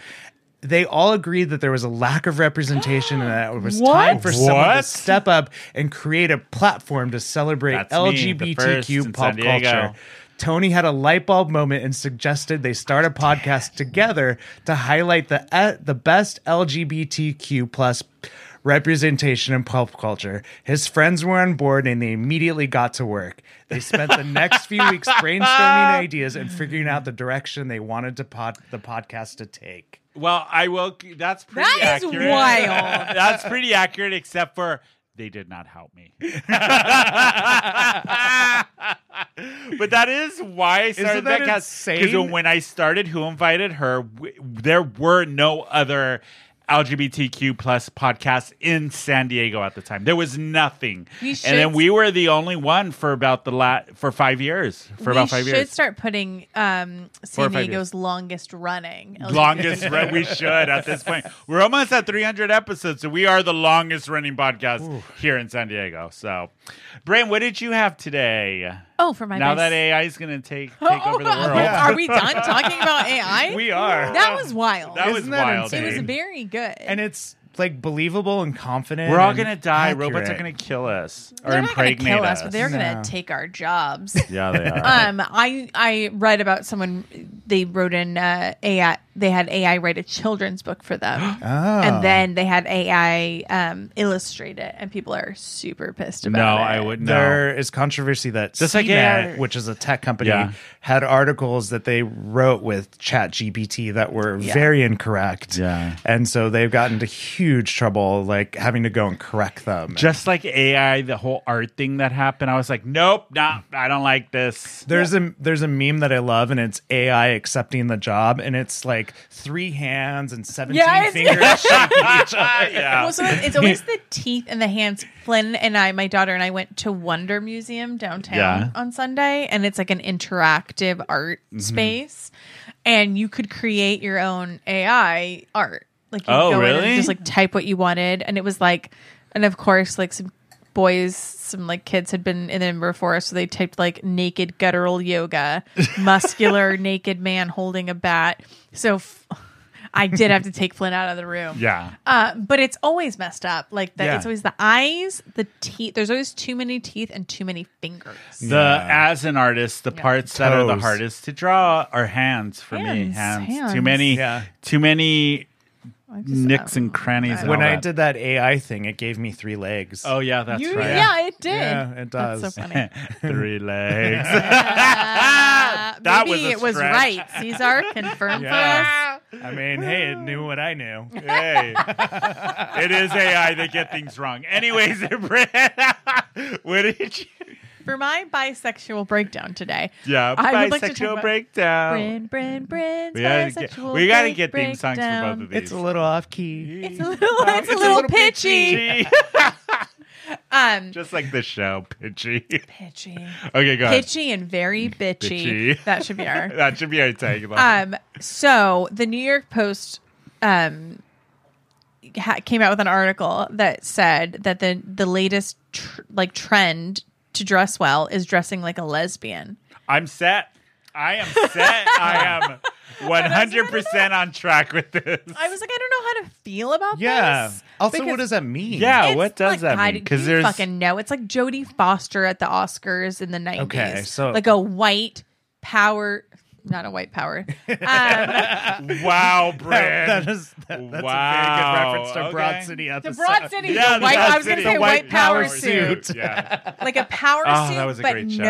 S2: They all agreed that there was a lack of representation and that it was time for someone to
S1: What?
S2: step up and create a platform to celebrate
S1: That's me, the first in
S2: LGBTQ pop
S1: San Diego.
S2: culture. Tony had a light bulb moment and suggested they start a podcast together to highlight the uh, the best LGBTQ plus representation in pop culture. His friends were on board and they immediately got to work. They spent the next few weeks brainstorming ideas and figuring out the direction they wanted to pod- the podcast to take.
S1: Well, I will. That's pretty
S3: That is
S1: accurate.
S3: wild.
S1: That's pretty accurate, except for they did not help me. but that is why I started
S2: Isn't that
S1: Because
S2: insane?
S1: when I started, who invited her? W- there were no other LGBTQ plus podcasts in San Diego at the time. There was nothing,
S3: You
S1: and then
S3: should-
S1: we were the only one for about the la- for five years. For
S3: we
S1: about five
S3: should
S1: years.
S3: start putting um,
S1: Four or
S3: San
S1: five
S3: Diego's longest running.
S1: longest run we should at this point. We're almost at 300 episodes, so we are the longest running podcast here in San Diego. So, Brain, what did you have today?
S3: Oh, for my Oh,
S1: now
S3: best-
S1: that AI is going to take take over the world,
S3: Are we done talking about AI?
S2: We are.
S3: That was wild.
S1: that was
S2: Isn't that
S1: wild.
S2: insane?
S3: it was
S1: dude.
S3: very good.
S2: And it's like believable and confident.
S1: We're all
S2: and
S1: going to die. Robots are
S2: accurate.
S1: going to kill us or
S3: they're not going to
S1: impregnate
S3: kill us, but they're
S2: No.
S3: going to take our jobs.
S1: yeah, they are.
S3: Um, I I read about someone they wrote in uh, AI. They had AI write a children's book for them, and then they had AI um, illustrate it, and people are super pissed
S1: no,
S3: about it.
S1: I would no.
S2: There is controversy that
S1: Just like AI.
S2: CNET, which is a tech company,
S1: Yeah.
S2: had articles that they wrote with ChatGPT that were very incorrect.
S1: Yeah.
S2: And so they've gotten into huge trouble, like having to go and correct them.
S1: Just like AI, the whole art thing that happened, I was like, nope, nah, I don't like this.
S2: there's a there's a meme that I love, and it's AI accepting the job, and it's like three hands and seventeen
S3: Yeah, it's-
S2: fingers shaking each other.
S1: yeah.
S3: Well, so it's it's always the teeth and the hands. Flynn and I, my daughter and I, went to Wonder Museum downtown
S1: Yeah. Mm-hmm.
S3: on Sunday, and it's like an interactive art space, and you could create your own AI art. Like, you
S1: Oh,
S3: go in
S1: really?
S3: and just like type what you wanted, and it was like, and of course, like some boys, some like kids had been in the number four, so they typed like naked guttural yoga, muscular naked man holding a bat. So f- I did have to take Flynn out of the room.
S1: Yeah.
S3: Uh, but it's always messed up. Like the,
S2: Yeah.
S3: it's always the eyes, the teeth. There's always too many teeth and too many fingers.
S1: The as an artist, the parts that are the
S2: Toes.
S1: hardest to draw are hands for me.
S3: Hands,
S1: Hands. Too
S3: hands.
S1: many
S2: Yeah.
S1: too many
S3: I just-
S1: nicks
S3: um,
S1: and crannies. and
S2: When
S1: all
S2: I
S1: that.
S2: did that AI thing, it gave me three legs.
S1: Oh yeah, that's
S3: you-
S1: right.
S3: Yeah, it did.
S2: Yeah, it
S3: That's
S2: does.
S3: so funny.
S1: Three legs.
S3: Uh,
S1: That
S3: maybe
S1: was a
S3: it was
S1: stretch.
S3: right. Caesar confirmed
S2: Yeah.
S3: for us.
S2: I mean, hey, it knew what I knew.
S1: hey, it is AI that get things wrong. Anyways, Brett, what did you?
S3: For my bisexual breakdown today.
S1: Yeah,
S3: I would like to talk
S1: bisexual
S3: about-
S1: breakdown.
S3: Bryn, Bryn, Bryn's
S1: we gotta get,
S3: bisexual
S1: we gotta
S3: break-
S1: get theme songs for both
S3: breakdown.
S1: of these.
S2: little off key.
S3: It's a little, it's a little pitchy. Um,
S1: Just like the show, pitchy.
S3: pitchy,
S1: Okay, go ahead.
S3: pitchy, and very bitchy.
S1: Bitchy.
S3: That should be our
S1: That should be our tagline.
S3: Um, so the New York Post um, ha- came out with an article that said that the the latest tr- like trend to dress well is dressing like a lesbian.
S1: I'm set. I am set. I am 100% on track with this.
S3: I was like, I don't know how to feel about
S2: Yeah.
S3: this.
S2: Also,
S3: because
S2: what does that mean?
S1: Yeah.
S3: it's
S1: what does
S3: like,
S1: that
S3: I
S1: mean?
S3: didn't
S1: 'Cause
S3: you
S1: there's-
S3: fucking know. It's like Jodie Foster at the Oscars in the nineties.
S2: Okay, so-
S3: like a white power, not a white power.
S1: Wow, Brad.
S2: that is that, that's
S1: Wow,
S2: a very good reference to
S1: okay.
S2: Broad City episode.
S3: Broad City,
S1: yeah,
S3: the white,
S1: that's
S3: I was going
S1: it.
S3: to say
S1: The
S3: white power, suit.
S1: suit. Yeah.
S3: like a power
S1: Oh,
S3: suit,
S1: that was a
S3: but
S1: great show.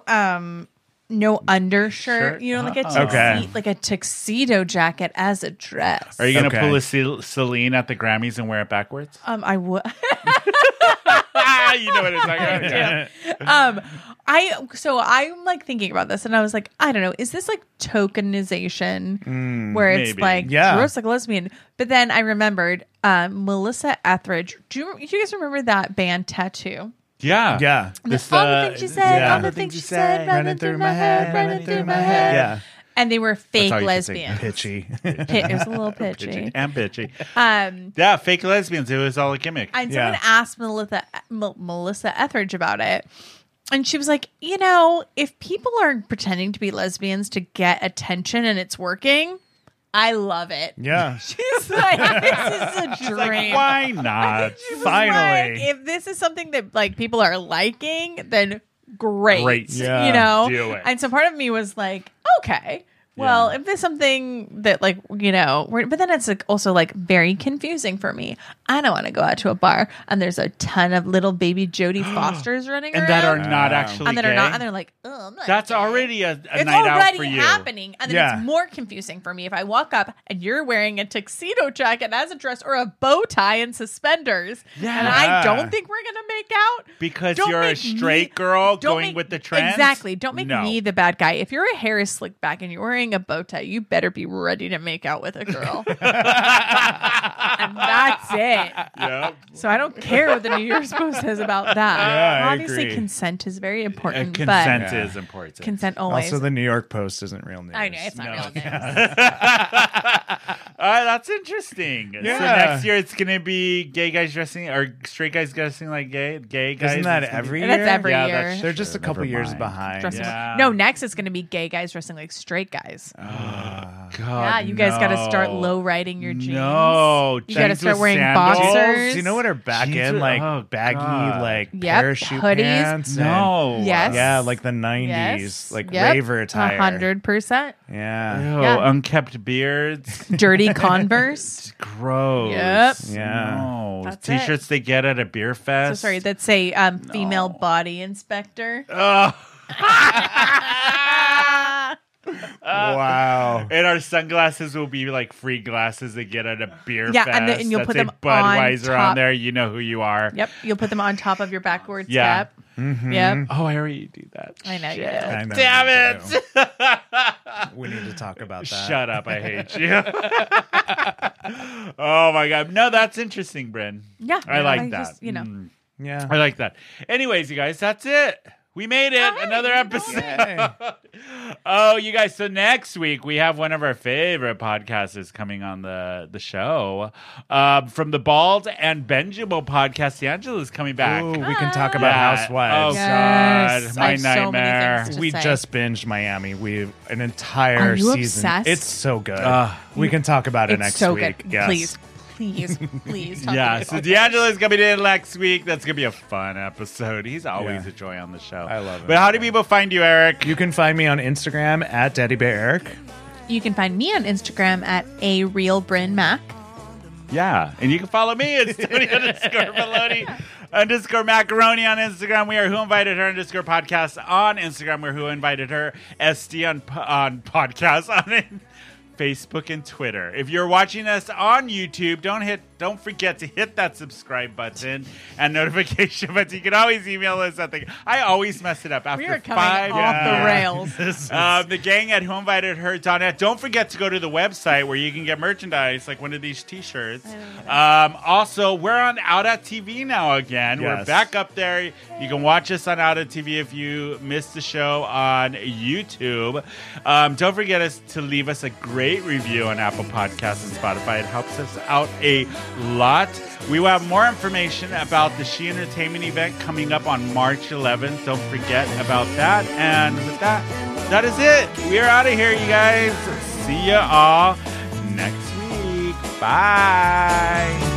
S3: no, um, no undershirt.
S1: Shirt? Oh.
S3: You know, like a
S1: Uh-oh.
S3: tuxedo,
S2: Okay.
S3: like a tuxedo jacket as a dress.
S1: Are you going to
S2: Okay.
S1: pull a Cel- Celine at the Grammys and wear it backwards?
S3: um, I would.
S1: ah, you know what I'm talking about. Yeah.
S3: um, I so I'm like thinking about this, and I was like, I don't know, is this like tokenization where it's
S1: Mm, maybe.
S3: like
S2: Yeah.
S3: gross like a lesbian? But then I remembered um, Melissa Etheridge. Do you, do you guys remember that band Tattoo?
S1: Yeah.
S2: Yeah.
S1: This,
S3: all
S1: uh,
S3: the things she said,
S2: yeah.
S3: all the things she said, running through my head, running through my head.
S2: Yeah.
S3: And they were fake
S1: all you can say.
S3: lesbians.
S2: Pitchy.
S3: Pit, it was a little pitchy.
S1: and bitchy.
S3: Um,
S1: Yeah, fake lesbians. It was all a gimmick.
S3: and
S2: Yeah.
S3: someone asked Melissa, M- Melissa Etheridge about it. And she was like, you know, if people are pretending to be lesbians to get attention and it's working, I love it.
S2: yeah.
S3: She's like, this is a dream.
S1: Why not?
S3: She was
S2: Finally.
S3: like, if this is something that like people are liking, then great.
S1: Great.
S2: Yeah.
S3: You know?
S1: Do it.
S3: And so part of me was like, okay. Well, if there's something that like, you know, we're, but then it's like also like very confusing for me. I don't want to go out to a bar and there's a ton of little baby Jodie Fosters running
S1: And
S3: around.
S1: that are not
S2: Wow.
S1: actually
S3: Um, and that are not
S1: gay?
S3: and they're like, oh, I'm not
S1: That's
S3: gay."
S1: already a, a
S3: it's
S1: night out
S3: already
S1: for you.
S3: happening, and then
S2: Yeah.
S3: it's more confusing for me if I walk up and you're wearing a tuxedo jacket as a dress or a bow tie and suspenders, and
S2: Yeah.
S3: I don't think we're gonna make out
S1: Because
S3: Don't
S1: you're a
S3: make me-
S1: straight girl
S3: don't
S1: going
S3: make-
S1: with the trend.
S3: Exactly. Don't make
S1: no.
S3: me the bad guy. If you're a hair is slicked back and you're wearing a bow tie, you better be ready to make out with a girl. and that's it.
S1: Yep.
S3: So I don't care what the New Year's Post says about that.
S2: Yeah, I
S3: Obviously,
S2: agree.
S3: consent is very important,
S1: And
S3: but
S1: Uh, consent
S2: Yeah.
S1: is important.
S3: consent always.
S2: Also, the New York Post isn't real news.
S3: I know it's not
S1: No.
S3: real. news.
S1: Uh, that's interesting.
S2: Yeah.
S1: So next year it's gonna be gay guys dressing or straight guys dressing like gay gay guys.
S2: Isn't that
S1: It's gonna be-
S2: every year?
S3: And that's every
S1: Yeah,
S3: year.
S1: that's
S2: They're just a
S1: Never
S2: couple years
S1: mind.
S2: behind.
S3: dressing
S1: Yeah.
S3: like- no next it's going to be gay guys dressing like straight guys
S1: God,
S3: yeah you guys got to start
S1: no.
S3: low riding your jeans
S1: No,
S3: you got to
S1: jeans
S3: start
S1: with
S3: wearing
S1: sandals?
S3: boxers
S2: Oh, Do you know what are back
S1: Jeans
S2: in
S1: are-
S2: like
S1: oh,
S2: baggy
S1: God.
S2: like
S3: Yep,
S2: parachute
S3: hoodies.
S2: pants? and-
S1: No.
S3: Yes.
S2: yeah, like the '90s, like raver attire.
S3: hundred percent
S1: Ew,
S2: Yeah.
S3: Yeah.
S1: unkept beards.
S3: dirty Converse.
S1: It's gross.
S3: Yep.
S2: Yeah.
S1: No.
S3: That's it.
S1: T-shirts they get at a beer
S3: so
S1: fest.
S3: sorry, that say um, female body inspector.
S1: Ugh.
S3: Ah!
S2: wow.
S1: And our sunglasses will be like free glasses they get at a beer
S3: Yeah,
S1: fest.
S3: and the- and you'll
S1: that
S3: put
S1: say
S3: them on
S1: Budweiser on,
S3: top.
S1: there. You know who you are.
S3: yep, you'll put them on top of your backwards
S1: Yeah.
S3: cap.
S2: Mm-hmm.
S3: Yep,
S1: Oh, I already do that.
S3: I know you
S1: Shit.
S3: do.
S2: I know
S1: Damn
S2: you
S1: it!
S2: do. We need to talk about that.
S1: Shut up! I hate you. oh my god! No, that's interesting, Bryn.
S3: Yeah,
S1: I
S3: no,
S1: like
S3: I
S1: that.
S3: just, you know.
S1: Mm,
S2: Yeah.
S1: I like that. Anyways, you guys, that's it. We made it.
S3: Alright,
S1: Another
S3: you know
S1: episode. oh, you guys. So next week we have one of our favorite podcasters coming on the, the show. Um, from the Bald and Benjable podcast, the Angela is coming back.
S2: Ooh, we can talk about
S1: Yeah.
S2: housewives.
S1: Oh,
S3: Yes.
S1: God. My
S3: I have so many
S1: nightmare.
S3: things to
S2: we
S3: say.
S2: just binged Miami. We an entire
S3: Are you
S2: season.
S3: obsessed?
S2: It's so good.
S1: Ugh.
S2: we can talk about it
S3: it's
S2: next
S3: so
S2: week.
S3: good.
S2: Yes.
S3: Please, please, please. Talk
S1: Yeah,
S3: about
S1: so
S3: it.
S1: D'Angelo's coming in next week. That's gonna be a fun episode. He's always
S2: Yeah.
S1: a joy on the show.
S2: I love him.
S1: But how do people find you, Eric?
S2: You can find me on Instagram at Daddy Bear Eric.
S3: You can find me on Instagram at a real Bryn Mac.
S1: Yeah, and you can follow me at Tony underscore Maloney underscore macaroni on Instagram. We are Who Invited Her underscore podcast on Instagram. We're Who Invited Her SD on po- on podcast on in- Facebook and Twitter. If you're watching us on YouTube, don't hit don't forget to hit that subscribe button and notification button. You can always email us something. I always mess it up after
S3: We are coming
S1: five
S3: off the
S1: years.
S3: rails.
S2: This is-
S1: Um, the gang at whoinvitedher.net. Don't forget to go to the website where you can get merchandise, like one of these T-shirts. Um, also, we're on Outa TV now again. We're
S2: Yes.
S1: back up there. You can watch us on Outa TV if you missed the show on YouTube. Um, don't forget us to leave us a great review on Apple Podcasts and Spotify. It helps us out a lot. We will have more information about the She Entertainment event coming up on March 11th. Don't forget about that. And with that, that is it. We are out of here, you guys. See ya all next week. Bye.